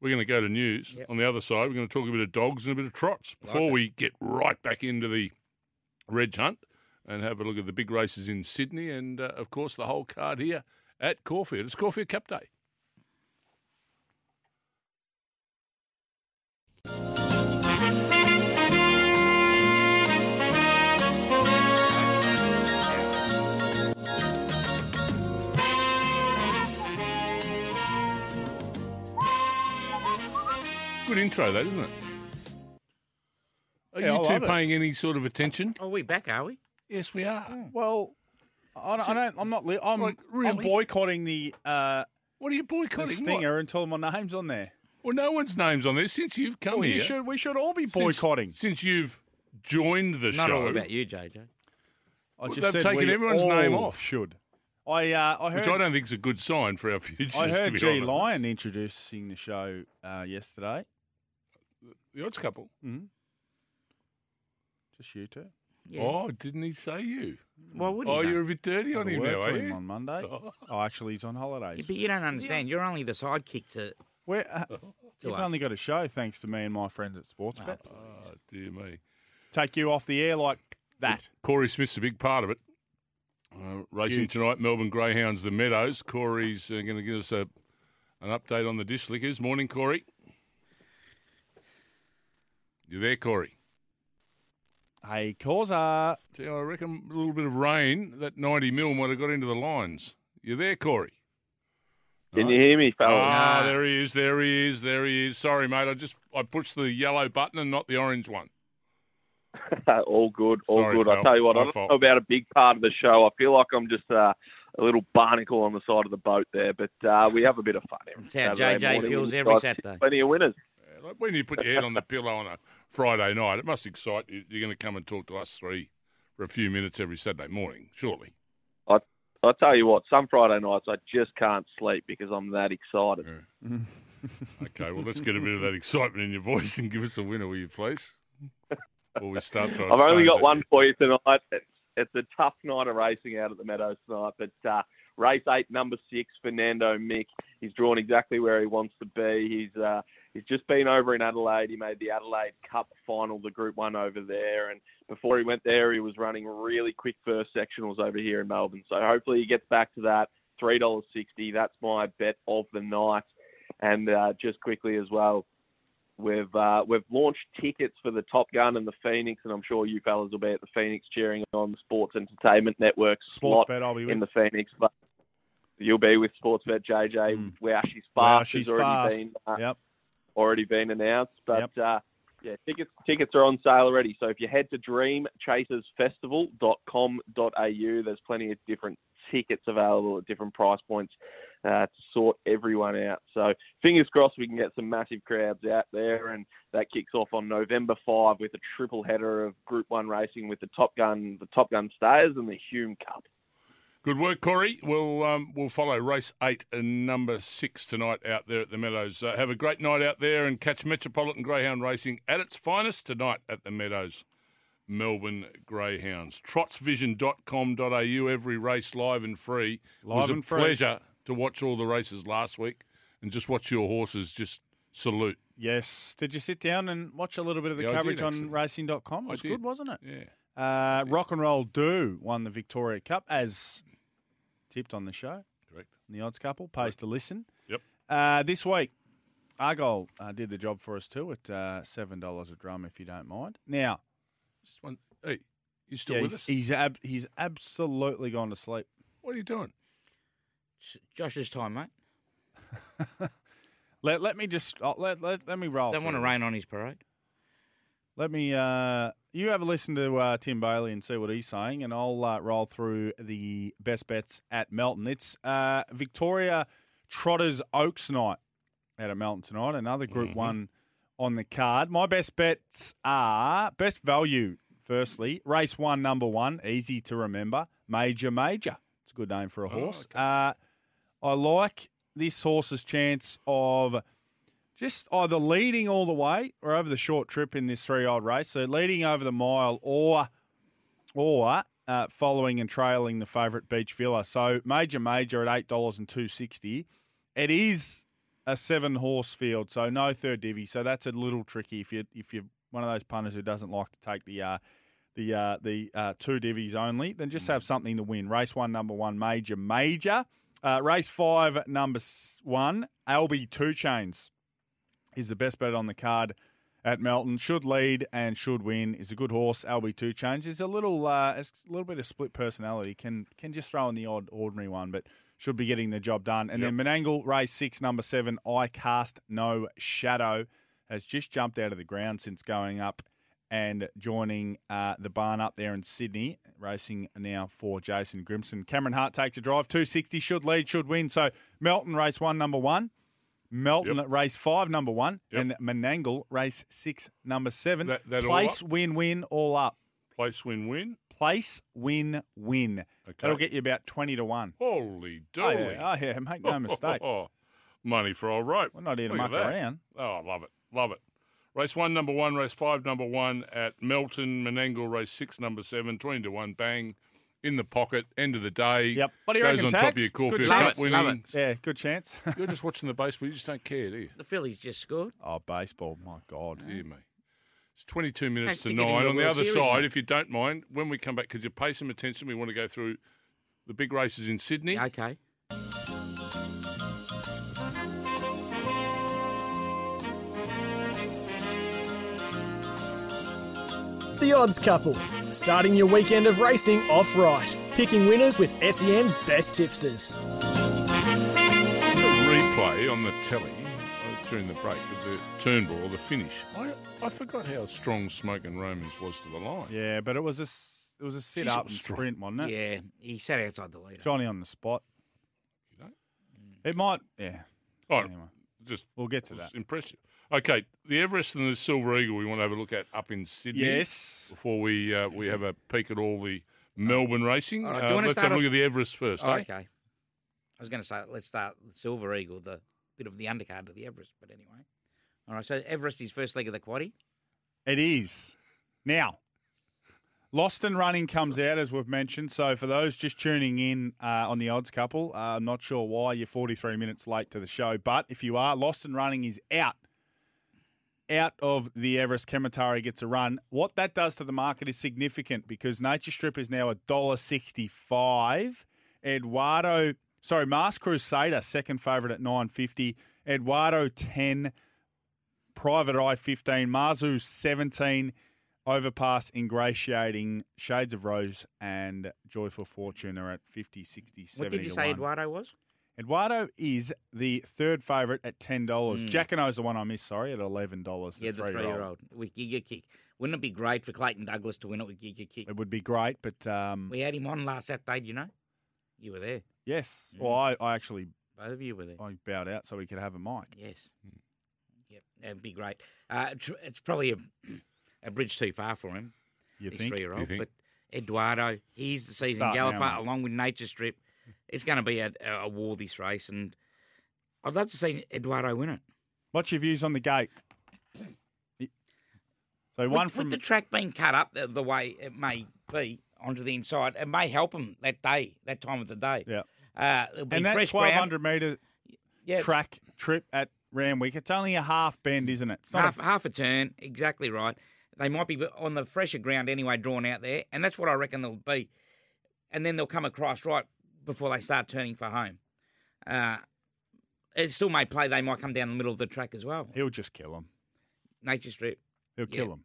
Speaker 2: We're going to go to news.
Speaker 3: Yep.
Speaker 2: On the other side, we're going to talk a bit of dogs and a bit of trots before
Speaker 3: it.
Speaker 2: we get right back into the Reg Hunt and have a look at the big races in Sydney and, uh, of course, the whole card here at Caulfield. It's Caulfield Cup Day. Good intro, that isn't it? Are
Speaker 4: Yeah, I
Speaker 2: you two
Speaker 4: love it.
Speaker 2: paying any sort of attention?
Speaker 3: Oh, we back, are we?
Speaker 2: Yes, we are.
Speaker 4: Well, I don't, I don't, I'm not. Li- I'm,
Speaker 2: Like,
Speaker 4: I'm
Speaker 2: really?
Speaker 4: boycotting the, uh,
Speaker 2: What are you
Speaker 4: the
Speaker 2: boycotting? What?
Speaker 4: stinger until my name's on there.
Speaker 2: Well, no one's names on this since you've come
Speaker 4: Well,
Speaker 2: here.
Speaker 4: you should, we should all be
Speaker 2: Since-
Speaker 4: boycotting.
Speaker 2: Since, you've joined the
Speaker 3: Not
Speaker 2: show.
Speaker 3: all about you, JJ.
Speaker 4: I
Speaker 2: Well,
Speaker 4: just
Speaker 2: they've
Speaker 4: said
Speaker 2: taken
Speaker 4: we
Speaker 2: everyone's
Speaker 4: all
Speaker 2: name off.
Speaker 4: Should I? Uh, I heard.
Speaker 2: Which I don't think is a good sign for our future.
Speaker 4: I
Speaker 2: to
Speaker 4: heard
Speaker 2: be
Speaker 4: G
Speaker 2: honest.
Speaker 4: Lyon introducing the show uh, yesterday.
Speaker 2: The odds couple.
Speaker 4: Just you two.
Speaker 3: Yeah.
Speaker 2: Oh, didn't he say you?
Speaker 3: Why wouldn't
Speaker 2: Oh,
Speaker 3: he?
Speaker 2: you're
Speaker 3: though?
Speaker 2: a bit dirty on
Speaker 4: Had a
Speaker 2: him
Speaker 4: word
Speaker 2: now,
Speaker 4: to
Speaker 2: are
Speaker 4: him
Speaker 2: you?
Speaker 4: on Monday.
Speaker 2: Oh.
Speaker 4: Oh, actually, he's on holidays.
Speaker 3: Yeah, but you don't understand. You're only the sidekick to,
Speaker 4: We're, uh,
Speaker 3: to
Speaker 4: we've
Speaker 3: us.
Speaker 4: only got a show thanks to me and my friends at Sportsbet.
Speaker 2: Oh, dear me.
Speaker 4: Take you off the air like that.
Speaker 2: Corey Smith's a big part of it. Uh, racing
Speaker 4: Huge.
Speaker 2: tonight, Melbourne Greyhounds, the Meadows. Corey's uh, going to give us a, an update on the dish lickers. Morning, Corey. You there, Corey?
Speaker 4: Hey, Causa.
Speaker 2: Tell you, I reckon a little bit of rain, that 90 mil might have got into the lines. You there, Corey?
Speaker 6: Can you hear me, fellas?
Speaker 2: Ah,
Speaker 3: Ah.
Speaker 2: there he is, there he is, there he is. Sorry, mate, I just I pushed the yellow button and not the orange one.
Speaker 6: all good, all
Speaker 2: Sorry,
Speaker 6: good.
Speaker 2: pal.
Speaker 6: I tell you what,
Speaker 2: My
Speaker 6: I don't
Speaker 2: fault.
Speaker 6: know about a big part of the show. I feel like I'm just uh, a little barnacle on the side of the boat there, but uh, we have a bit of fun. Every
Speaker 3: That's how
Speaker 6: Saturday
Speaker 3: JJ
Speaker 6: morning.
Speaker 3: feels
Speaker 6: We've
Speaker 3: every
Speaker 6: got
Speaker 3: Saturday.
Speaker 6: Plenty of winners.
Speaker 2: Yeah, Like when you put your head on the pillow on a Friday night, it must excite you. You're going to come and talk to us three for a few minutes every Saturday morning, surely.
Speaker 6: I tell you what, some Friday nights I just can't sleep because I'm that excited.
Speaker 2: Okay, well, let's get a bit of that excitement in your voice and give us a winner, will you, please? Before we start throwing
Speaker 6: I've only
Speaker 2: stones
Speaker 6: got
Speaker 2: at
Speaker 6: one
Speaker 2: you.
Speaker 6: for you tonight. It's, it's a tough night of racing out at the Meadows tonight, but uh, Race eight, number six, Fernando Mick. He's drawn exactly where he wants to be. He's uh, he's just been over in Adelaide. He made the Adelaide Cup final, the Group One over there, and before he went there, he was running really quick first sectionals over here in Melbourne. So hopefully he gets back to that three dollars sixty. That's my bet of the night. And uh, just quickly as well, We've uh, we've launched tickets for the Top Gun and the Phoenix, and I'm sure you fellas will be at the Phoenix cheering on the Sports Entertainment Network
Speaker 4: Sports
Speaker 6: slot
Speaker 4: bet I'll be with.
Speaker 6: in the Phoenix. But you'll be with Sportsbet JJ.
Speaker 4: Mm.
Speaker 6: Wow, she's fast.
Speaker 4: Wow,
Speaker 6: has
Speaker 4: she's
Speaker 6: already
Speaker 4: fast.
Speaker 6: been uh,
Speaker 4: Yep.
Speaker 6: already been announced. But uh, yeah, tickets tickets are on sale already. So if you head to dreamchasersfestival.com.au, there's plenty of different tickets available at different price points uh, to sort everyone out. So fingers crossed we can get some massive crowds out there, and that kicks off on November five with a triple header of Group One racing with the Top Gun, the Top Gun Stayers, and the Hume Cup.
Speaker 2: Good work, Corey. We'll um, we'll follow race eight and number six tonight out there at the Meadows. Uh, have a great night out there and catch Metropolitan Greyhound Racing at its finest tonight at the Meadows. Melbourne Greyhounds. Trotsvision.com.au. Every race live and free. it was
Speaker 4: Live and
Speaker 2: a
Speaker 4: free.
Speaker 2: pleasure to watch all the races last week and just watch your horses just salute.
Speaker 4: Yes. Did you sit down and watch a little bit of the
Speaker 2: Yeah, I did,
Speaker 4: coverage on
Speaker 2: actually.
Speaker 4: racing.com? It
Speaker 2: I
Speaker 4: was
Speaker 2: did.
Speaker 4: good, wasn't it?
Speaker 2: Yeah.
Speaker 4: Uh, Rock and Roll Do won the Victoria Cup as tipped on the show.
Speaker 2: Correct.
Speaker 4: The odds couple pays to listen.
Speaker 2: Yep.
Speaker 4: Uh, this week, Argyle uh, did the job for us too at uh, seven dollars a drum, if you don't mind. Now,
Speaker 2: Just one, hey, you still
Speaker 4: yeah,
Speaker 2: with
Speaker 4: he's
Speaker 2: us?
Speaker 4: he's, ab- he's absolutely gone to sleep.
Speaker 2: What are you doing?
Speaker 3: Josh's time, mate.
Speaker 4: Let let me just oh, let, let let me roll.
Speaker 3: Don't want to
Speaker 4: through this.
Speaker 3: rain on his parade.
Speaker 4: Let me. Uh, you have a listen to uh, Tim Bailey and see what he's saying, and I'll uh, roll through the best bets at Melton. It's uh, Victoria Trotters Oaks night out at Melton tonight. Another Group One on the card. My best bets are best value. Firstly, race one, number one, easy to remember. Major, major. It's a good name for a horse. Uh, I like this horse's chance of just either leading all the way or over the short trip in this three-year-old race. So leading over the mile or or uh, following and trailing the favourite Beach Villa. So major, major at eight dollars and two sixty. It is a seven-horse field, so no third divvy. So that's a little tricky if you if you're one of those punters who doesn't like to take the. Uh, the uh, the uh, two divvies only, then just have something to win. Race one, number one, major, major. Uh, race five, number s- one, Albi Two Chains is the best bet on the card at Melton. Should lead and should win. Is a good horse. Albi Two Change is a little, uh, it's a little bit of split personality. Can can just throw in the odd ordinary one, but should be getting the job done. And then Menangle race six, number seven. I cast no shadow has just jumped out of the ground since going up and joining uh, the barn up there in Sydney, racing now for Jason Grimson. Cameron Hart takes a drive, 260, should lead, should win. So Melton race one, number one. Melton
Speaker 2: Yep.
Speaker 4: at race five, number one.
Speaker 2: Yep.
Speaker 4: And Menangle race six, number seven.
Speaker 2: That- that all
Speaker 4: Place
Speaker 2: up?
Speaker 4: win win all up.
Speaker 2: Place win win.
Speaker 4: Place win win.
Speaker 2: Okay.
Speaker 4: That'll get you about 20 to 1.
Speaker 2: Holy
Speaker 4: Oh,
Speaker 2: dooly.
Speaker 4: yeah. oh, yeah, make no mistake.
Speaker 2: Money for old rope.
Speaker 4: We're not here to
Speaker 2: Look at
Speaker 4: muck
Speaker 2: that.
Speaker 4: around.
Speaker 2: Oh, I love it. Love it. Race one, number one. Race five, number one at Melton. Menangle, race six, number seven. 20 to one, bang. In the pocket, end of the day.
Speaker 4: Yep. What do you
Speaker 2: Goes
Speaker 4: reckon,
Speaker 2: on
Speaker 4: Tags?
Speaker 2: top of your
Speaker 4: Good
Speaker 2: Caulfield
Speaker 4: chance.
Speaker 2: Cup
Speaker 3: Love it, love
Speaker 2: winning.
Speaker 4: Yeah, good chance.
Speaker 2: You're just watching the baseball. You just don't care, do you?
Speaker 3: The Phillies just scored.
Speaker 4: oh, baseball, my God.
Speaker 2: Dear me. It's 22 minutes
Speaker 3: Has
Speaker 2: to
Speaker 3: to get into
Speaker 2: nine.
Speaker 3: the
Speaker 2: On the
Speaker 3: World
Speaker 2: other
Speaker 3: Series,
Speaker 2: side,
Speaker 3: mate.
Speaker 2: if you don't mind, when we come back, could you pay some attention? We want to go through the big races in Sydney.
Speaker 3: Okay.
Speaker 1: The Odds Couple, starting your weekend of racing off right, picking winners with SEN's best tipsters.
Speaker 2: Just a replay on the telly uh, during the break of the Turnbull or the finish. I, I forgot how strong Smoke and Romans was to the line.
Speaker 4: Yeah, but it was a s- it was a sit
Speaker 2: Jeez, it
Speaker 4: up
Speaker 2: was
Speaker 4: and
Speaker 2: strong.
Speaker 4: sprint, wasn't it?
Speaker 3: Yeah, he sat outside the leader.
Speaker 4: Johnny on the spot.
Speaker 2: Okey-doke.
Speaker 4: It might. Yeah.
Speaker 2: Oh,
Speaker 4: Anyway,
Speaker 2: just
Speaker 4: we'll get to
Speaker 2: was
Speaker 4: that.
Speaker 2: impressive. Okay, the Everest and the Silver Eagle we want to have a look at up in Sydney.
Speaker 4: Yes.
Speaker 2: Before we uh, we have a peek at all the Melbourne racing.
Speaker 3: All right, do
Speaker 2: Uh,
Speaker 3: you wanna
Speaker 2: let's have
Speaker 3: start
Speaker 2: a look at
Speaker 3: off-
Speaker 2: the Everest first.
Speaker 3: Oh,
Speaker 2: eh?
Speaker 3: okay. I was going to say, let's start the Silver Eagle, the bit of the undercard of the Everest, but anyway. All right, so Everest is first leg of the quaddy.
Speaker 4: It is. Now, Lost and Running comes out, as we've mentioned. So, for those just tuning in uh, on the odds couple, uh, I'm not sure why you're 43 minutes late to the show, but if you are, Lost and Running is out. Out of the Everest, Kematari gets a run. What that does to the market is significant because Nature Strip is now $1.65. Eduardo, sorry, Mask Crusader, second favourite at 9.50. Eduardo, 10. Private Eye 15, Marzu 17, Overpass, Ingratiating, Shades of Rose, and Joyful Fortune are at 50, 60, 70
Speaker 3: What did you
Speaker 4: to
Speaker 3: say
Speaker 4: one.
Speaker 3: Eduardo was?
Speaker 4: Eduardo is the third favourite at $10. Jack and O's the one I missed, sorry, at $11.
Speaker 3: Hmm. yeah, the
Speaker 4: three-year-old.
Speaker 3: three-year-old with Giga Kick. Wouldn't it be great for Clayton Douglas to win it with Giga Kick?
Speaker 4: It would be great, but um,
Speaker 3: We had him on last Saturday, you know. You were there.
Speaker 4: yes.
Speaker 3: Hmm.
Speaker 4: Well, I, I actually
Speaker 3: Both of you were there.
Speaker 4: I bowed out so we could have a mic.
Speaker 3: Yes.
Speaker 4: Hmm.
Speaker 3: Yep, that'd be great. Uh, tr- it's probably a, a bridge too far for him.
Speaker 4: You
Speaker 3: his
Speaker 4: think?
Speaker 2: Do you
Speaker 3: three-year-old.
Speaker 2: think?
Speaker 3: But Eduardo, he's the season
Speaker 4: Start now,
Speaker 3: galloper
Speaker 4: mate.
Speaker 3: along with Nature Strip. It's going to be a, a, a war this race, and I'd love to see Eduardo win it.
Speaker 4: What's your views on the gate? So one
Speaker 3: with,
Speaker 4: from
Speaker 3: with the track being cut up the, the way it may be onto the inside, it may help him that day, that time of the day.
Speaker 4: yeah.
Speaker 3: Uh, it'll be
Speaker 4: and that
Speaker 3: fresh
Speaker 4: twelve
Speaker 3: ground.
Speaker 4: hundred meter
Speaker 3: Yeah,
Speaker 4: track trip at Ramwick. It's only a half bend, isn't it? It's not
Speaker 3: half,
Speaker 4: a,
Speaker 3: half a turn, exactly right. They might be on the fresher ground anyway, drawn out there, and that's what I reckon they'll be. And then they'll come across right before they start turning for home. Uh, it still may play. They might come down the middle of the track as well.
Speaker 4: he'll just kill him.
Speaker 3: Nature Strip
Speaker 4: He'll kill
Speaker 3: Yeah.
Speaker 4: him.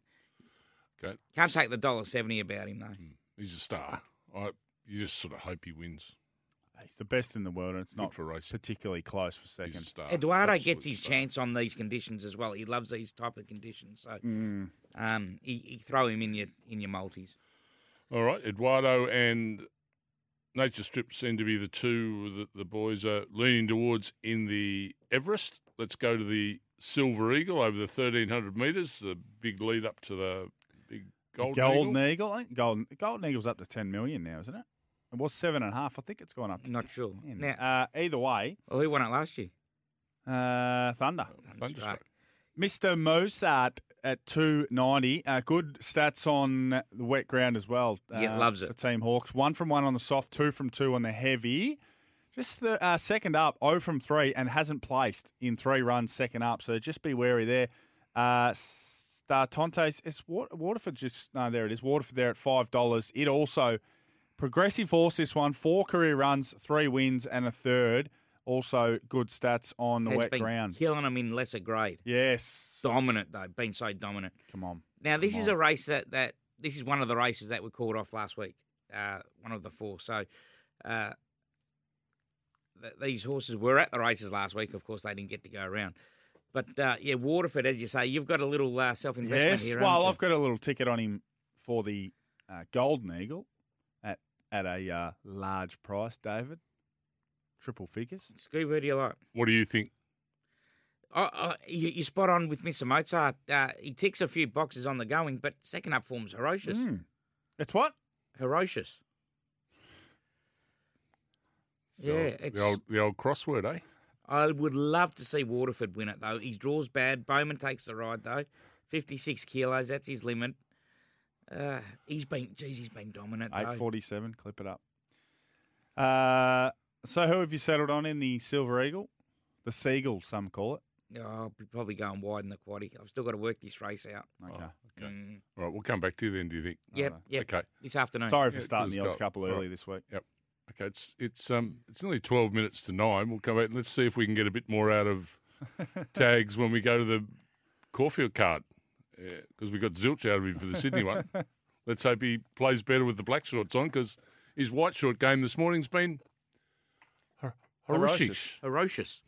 Speaker 2: Okay.
Speaker 3: can't take the dollar seventy about him though.
Speaker 2: He's a star. I, you just sort of hope he wins.
Speaker 4: He's the best in the world, and it's not
Speaker 2: for racing.
Speaker 4: particularly close for
Speaker 2: He's a
Speaker 4: second.
Speaker 2: star.
Speaker 3: Eduardo
Speaker 2: Absolute
Speaker 3: gets his
Speaker 2: star.
Speaker 3: chance on these conditions as well. He loves these type of conditions, so
Speaker 4: Mm.
Speaker 3: um, he, he throw him in your in your multis.
Speaker 2: All right, Eduardo and Nature Strip seem to be the two that the boys are leaning towards in the Everest. Let's go to the Silver Eagle over the thirteen hundred meters, the big lead up to the big Golden,
Speaker 4: Golden
Speaker 2: Eagle.
Speaker 4: Eagle, I think Golden Golden Eagle's up to ten million now, isn't it? It was seven and a half. I think it's gone up. To
Speaker 3: Not sure.
Speaker 4: 10.
Speaker 3: Now,
Speaker 4: uh, either way,
Speaker 3: well, who won it last year?
Speaker 4: uh, Thunder.
Speaker 2: Thunderstruck.
Speaker 4: Mr. Mozart at 290. Uh, good stats on the wet ground as well. Uh,
Speaker 3: Yeah, loves it.
Speaker 4: For Team Hawks. One from one on the soft, two from two on the heavy. Just the uh, second up, 0 from 3, and hasn't placed in three runs second up. So just be wary there. Uh, Star Tontes, it's Wa- Waterford just, no, there it is. Waterford there at $5. It also, progressive horse this one, four career runs, three wins, and a third. Also good stats on the
Speaker 3: Has
Speaker 4: wet
Speaker 3: been
Speaker 4: ground.
Speaker 3: killing him in lesser grade.
Speaker 4: Yes.
Speaker 3: Dominant though, been so dominant.
Speaker 4: Come on.
Speaker 3: Now this
Speaker 4: Come
Speaker 3: is
Speaker 4: on.
Speaker 3: a race that, that this is one of the races that were called off last week. Uh, one of the four. So uh, th- these horses were at the races last week. Of course, they didn't get to go around. But uh, yeah, Waterford, as you say, you've got a little uh, self-investment
Speaker 4: Yes,
Speaker 3: here.
Speaker 4: well,
Speaker 3: haven't
Speaker 4: I've got a little ticket on him for the uh, Golden Eagle at at a uh, large price, David. Triple figures.
Speaker 3: you? Scoob, who do you like?
Speaker 2: What do you think?
Speaker 3: Oh, oh, you, you're spot on with Mr. Mozart. Uh, he ticks a few boxes on the going, but second up form's ferocious.
Speaker 4: Hmm. It's what?
Speaker 3: Ferocious.
Speaker 2: The
Speaker 3: yeah,
Speaker 2: old-
Speaker 3: it's, Mm.
Speaker 2: the old the old crossword, eh?
Speaker 3: I would love to see Waterford win it though. He draws bad. Bowman takes the ride though. Fifty-six kilos. That's his limit. Uh, he's been, geez, he's been dominant.
Speaker 4: Eight
Speaker 3: Though.
Speaker 4: forty-seven. Clip it up. Uh, so who have you settled on in the Silver Eagle? The Seagull, some call it.
Speaker 3: Oh, I'll be probably going wide in the quaddy. I've still got to work this race out.
Speaker 4: Okay.
Speaker 2: Okay.
Speaker 3: Mm.
Speaker 2: All right, we'll come back to you then. Do you think?
Speaker 3: Yep, yep.
Speaker 2: Okay.
Speaker 3: This afternoon.
Speaker 4: Sorry
Speaker 2: Yeah,
Speaker 4: for starting
Speaker 2: it's
Speaker 4: the odds
Speaker 2: got-
Speaker 4: couple early this week.
Speaker 2: Okay, it's it's um it's only twelve minutes to nine. We'll come out and let's see if we can get a bit more out of tags when we go to the Caulfield card because we got zilch out of him for the Sydney one. Let's hope he plays better with the black shorts on because his white short game this morning's been hor- horrific.
Speaker 3: Ferocious.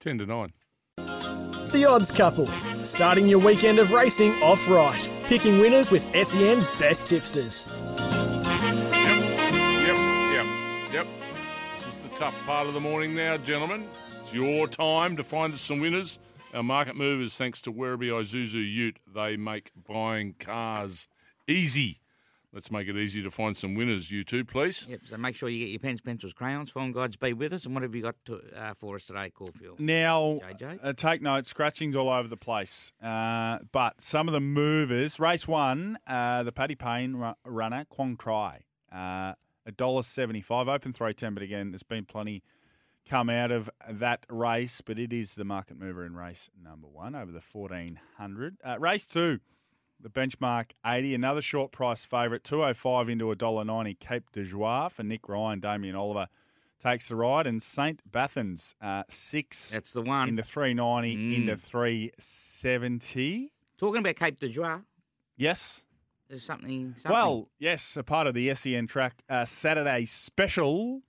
Speaker 2: Ten to nine.
Speaker 1: The Odds Couple, starting your weekend of racing off right, picking winners with SEN's best tipsters.
Speaker 2: Yep, yep, yep. This is the tough part of the morning now, gentlemen. It's your time to find us some winners. Our market move is thanks to Werribee Isuzu Ute. They make buying cars easy. Let's make it easy to find some winners, you two, please.
Speaker 3: Yep, so make sure you get your pens, pencils, crayons. Phone guides be with us. And what have you got to, uh, for us today, Caulfield?
Speaker 4: Now,
Speaker 3: JJ?
Speaker 4: Uh, take note, scratchings all over the place. Uh, but some of the movers, race one, uh, the Paddy Payne ru- runner, Quang Tri, uh, $1.75, open 310, but again, there's been plenty come out of that race, but it is the market mover in race number one over the 1400. Uh, race two, the benchmark 80, another short price favourite, 205 into $1.90, Cape de Joie for Nick Ryan, Damien Oliver. Takes the ride and St. Bathans uh, six
Speaker 3: That's the one.
Speaker 4: into 390
Speaker 3: Mm.
Speaker 4: into 370
Speaker 3: Talking about Cape de Joie,
Speaker 4: yes
Speaker 3: there's something. something.
Speaker 4: well yes a part of the sen track uh, saturday special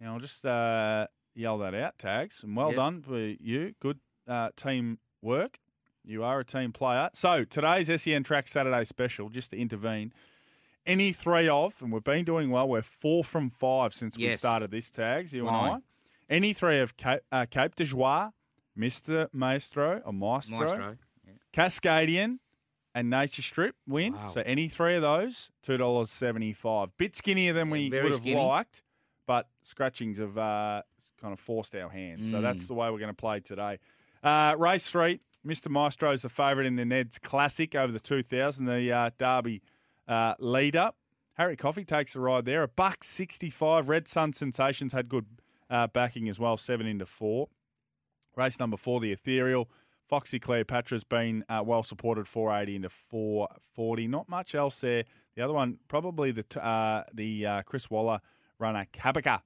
Speaker 4: now i'll just uh, yell that out tags and well
Speaker 3: Yep.
Speaker 4: done for you good uh, team work you are a team player so today's sen track saturday special just to intervene any three of and we've been doing well we're four from five since we
Speaker 3: Yes.
Speaker 4: started this tags you
Speaker 3: Fine.
Speaker 4: and i any three of cape, uh, cape de joie mr maestro or maestro,
Speaker 3: Maestro.
Speaker 4: Cascadian and Nature Strip win.
Speaker 3: Wow.
Speaker 4: So any three of those, two dollars seventy five. Bit skinnier than we
Speaker 3: Very
Speaker 4: would have
Speaker 3: skinny.
Speaker 4: liked, but scratchings have uh, kind of forced our hand. So that's
Speaker 3: Mm.
Speaker 4: the way we're going to play today. Uh, race three, Mr Maestro is the favourite in the Ned's Classic over the two thousand, the uh, Derby uh, lead up. Harry Coffey takes the ride there. A buck sixty five. Red Sun Sensations had good uh, backing as well, seven into four. Race number four, the Ethereal. Foxy Cleopatra's been uh, well supported, 480 into 440. Not much else there. The other one, probably the t- uh, the uh, Chris Waller runner, Kabaka,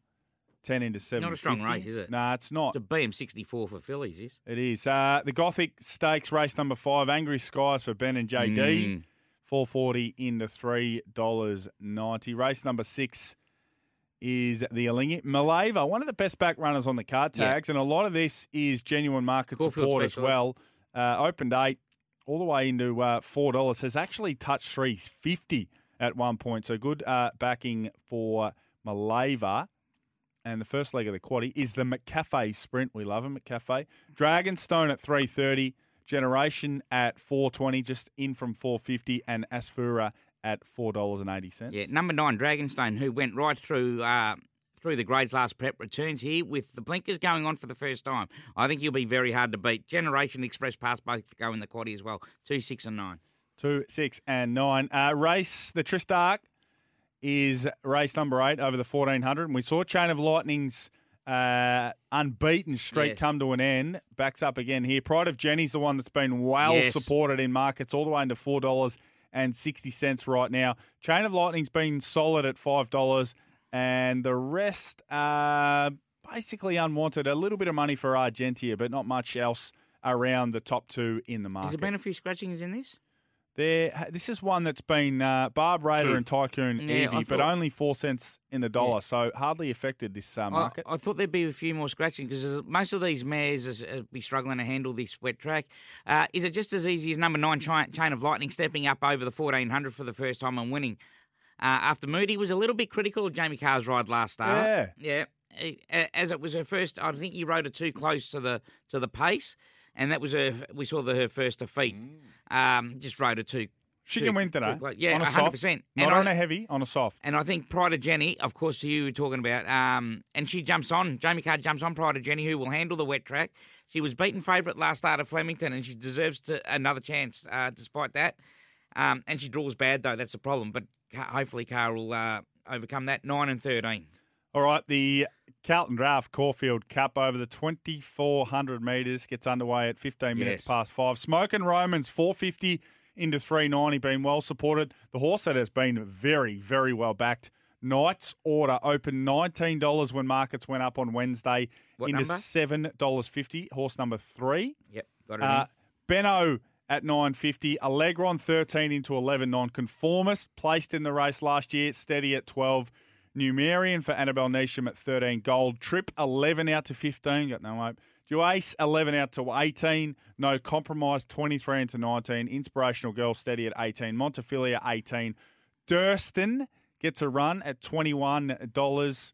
Speaker 4: 10 into 7.
Speaker 3: Not a strong race, is it?
Speaker 4: No, nah, it's
Speaker 3: It's
Speaker 4: not.
Speaker 3: a BM64 for fillies, is.
Speaker 4: It is. Uh, the Gothic Stakes race number five, Angry Skies for Ben and JD.
Speaker 3: Mm.
Speaker 4: 440 into $3.90. Race number six is the Alingit Maleva, one of the best back runners on the card
Speaker 3: Yeah.
Speaker 4: tags. And a lot of this is genuine market
Speaker 3: Caulfield
Speaker 4: support as
Speaker 3: specialist.
Speaker 4: well. Uh, opened eight all the way into uh, $4. Has actually touched 350 at one point. So good uh, backing for Maleva. And the first leg of the quaddy is the McCafe sprint. We love him, McCafe. Dragonstone at 330, Generation at 420, just in from 450, and Asfura at $4.80.
Speaker 3: Yeah, number nine, Dragonstone, who went right through uh, through the grades last prep, returns here with the blinkers going on for the first time. I think he'll be very hard to beat. Generation Express passed both to go in the quaddy as well, two, six, and nine.
Speaker 4: Two, six, and nine. Uh, race, the Tristark is race number eight over the 1400. And we saw Chain of Lightning's uh, unbeaten streak
Speaker 3: Yes.
Speaker 4: come to an end. Backs up again here. Pride of Jenny's the one that's been well
Speaker 3: Yes.
Speaker 4: supported in markets all the way into $4.60 right now. Chain of Lightning's been solid at $5. And the rest are basically unwanted. A little bit of money for Argentia, but not much else around the top two in the market.
Speaker 3: Has there been a few scratchings in this?
Speaker 4: There, this is one that's been uh, Barb Raider
Speaker 2: Two.
Speaker 4: and Tycoon
Speaker 3: Yeah, I
Speaker 4: Evie, but
Speaker 3: thought-
Speaker 4: only four cents in the dollar, so hardly affected this uh,
Speaker 3: I,
Speaker 4: market.
Speaker 3: I thought there'd be a few more scratchings because most of these mares is, uh, be struggling to handle this wet track. Uh, is it just as easy as number nine chi- chain of lightning stepping up over the fourteen hundred for the first time and winning? Uh, after Moody was a little bit critical of Jamie Carr's ride last start.
Speaker 4: Yeah.
Speaker 3: yeah. A- a- As it was her first, I think he rode her too close to the to the pace, and that was her. We saw the, her first defeat. Um, just rode her too.
Speaker 4: Mm. she
Speaker 3: too-
Speaker 4: can win today.
Speaker 3: too close. Yeah,
Speaker 4: on a soft,
Speaker 3: 100%. And
Speaker 4: not
Speaker 3: I-
Speaker 4: on a heavy, on a soft.
Speaker 3: And I think Pride of Jenny, of course, who you were talking about, um, and she jumps on. Jamie Carr jumps on Pride of Jenny, who will handle the wet track. She was beaten favourite last start at Flemington, and she deserves to, another chance uh, despite that. Um, and she draws bad, though. That's the problem. But Ca- hopefully Carr will uh, overcome that. 9 and 13.
Speaker 4: All right, the Carlton Draft Caulfield Cup over the 2,400 metres gets underway at 15 minutes
Speaker 3: Yes.
Speaker 4: past five. Smoke and Romans, 450 into 390, being well supported. The horse that has been very, very well backed. Knights Order opened $19 when markets went up on Wednesday
Speaker 3: What
Speaker 4: into
Speaker 3: number?
Speaker 4: $7.50. Horse number three.
Speaker 3: Yep, got it.
Speaker 4: Uh, Benno at 950, Allegron 13 into 11, non-conformist, placed in the race last year, steady at 12. Numerian for Annabelle Nisham at 13, gold. Trip 11 out to 15, got no hope. Duace 11 out to 18, no compromise 23 into 19. Inspirational Girl steady at 18, Montefilia 18. Durston gets a run at $21.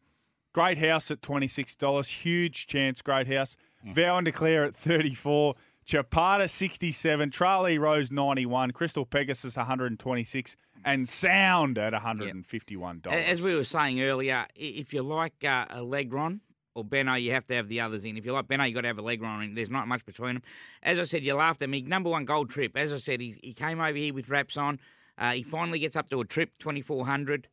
Speaker 4: Great
Speaker 3: Hmm.
Speaker 4: House at twenty six dollars, huge chance. Great House, Vow and Declare at thirty four, Chapata 67, Charlie Rose 91, Crystal Pegasus 126, and Sound at 151 dollars.
Speaker 3: As we were saying earlier, i- if you like uh, a Legron or Benno, you have to have the others in. If you like Benno, you got to have a Legron in. There's not much between them. As I said, you laughed at me. Number one gold trip. As I said, he, he came over here with wraps on. Uh, he finally gets up to a trip, 2400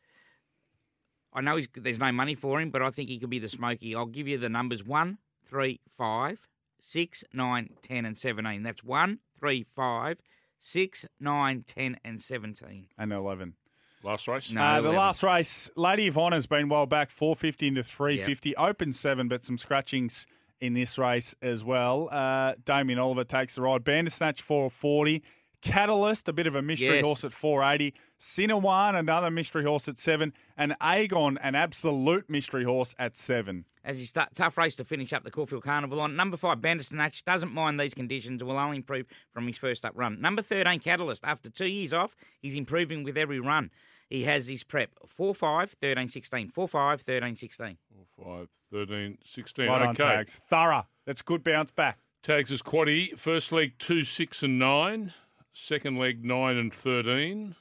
Speaker 3: I know he's, there's no money for him, but I think he could be the smoky. I'll give you the numbers 1, 3, 5, 6, 9, 10, and 17. That's 1, 3, 5, 6, 9, 10, and 17.
Speaker 4: and 11.
Speaker 2: Last race?
Speaker 3: No.
Speaker 4: Uh, the
Speaker 3: 11.
Speaker 4: last race, Lady of Honour's been well back, 450 into 350. Open seven, but some scratchings in this race as well. Uh, Damien Oliver takes the ride. Bandersnatch, 440. Catalyst, a bit of a mystery
Speaker 3: Yes.
Speaker 4: horse at 480. Cinewan, another mystery horse at 7. And Aegon, an absolute mystery horse at 7.
Speaker 3: as you start tough race to finish up the Caulfield Carnival on. Number five, Bandersnatch doesn't mind these conditions and will only improve from his first up run. Number 13, Catalyst. After two years off, he's improving with every run. He has his prep 4 5, 13 16, 4 5, 13 16.
Speaker 2: Five, 13, 16.
Speaker 4: Right
Speaker 2: okay.
Speaker 4: on tags. Thorough. That's good bounce back.
Speaker 2: Tags is quaddy. First leg two, six, and nine. Second leg nine and thirteen.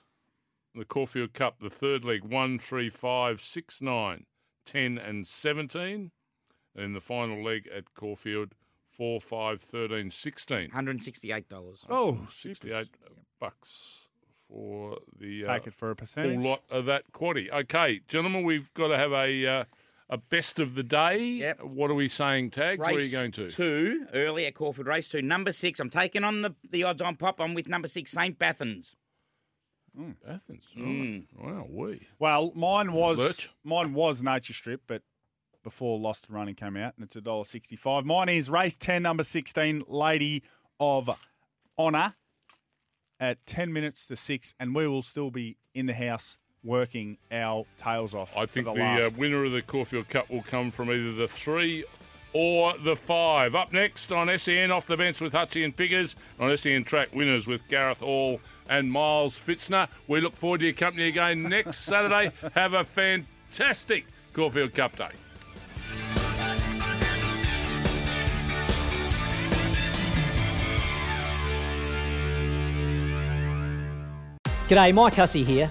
Speaker 2: The Caulfield Cup. The third leg one, three, five, six, nine, ten, and seventeen. And the final leg at Caulfield four, five, thirteen, sixteen.
Speaker 3: $168.
Speaker 4: Oh,
Speaker 2: Sixty-eight bucks for the uh,
Speaker 4: Take it for a
Speaker 2: full
Speaker 4: percentage.
Speaker 2: lot of that quaddy. Okay, gentlemen, we've got to have a uh, a best of the day.
Speaker 3: Yep.
Speaker 2: What are we saying, Tags? Where are you going to?
Speaker 3: Two, early at Caulfield Race 2. Number six, I'm taking on the, the odds on pop. I'm with number six, St. Bathans.
Speaker 2: Athens. Mm. Wow, we.
Speaker 4: Well, mine was
Speaker 2: Lurch?
Speaker 4: mine was Nature Strip, but before Lost and Running came out, and it's a dollar sixty-five. Mine is race ten, number sixteen, Lady of Honor, at ten minutes to six, and we will still be in the house working our tails off.
Speaker 2: I
Speaker 4: for
Speaker 2: think the,
Speaker 4: the, last.
Speaker 2: uh, winner of the Caulfield Cup will come from either the three or the five. Up next on SEN Off the Bench with Hutchie and Piggers, on SEN Track Winners with Gareth Hall and Miles Fitzner. We look forward to your company again next Saturday. Have a fantastic Caulfield Cup day.
Speaker 7: G'day, Mike Hussey here.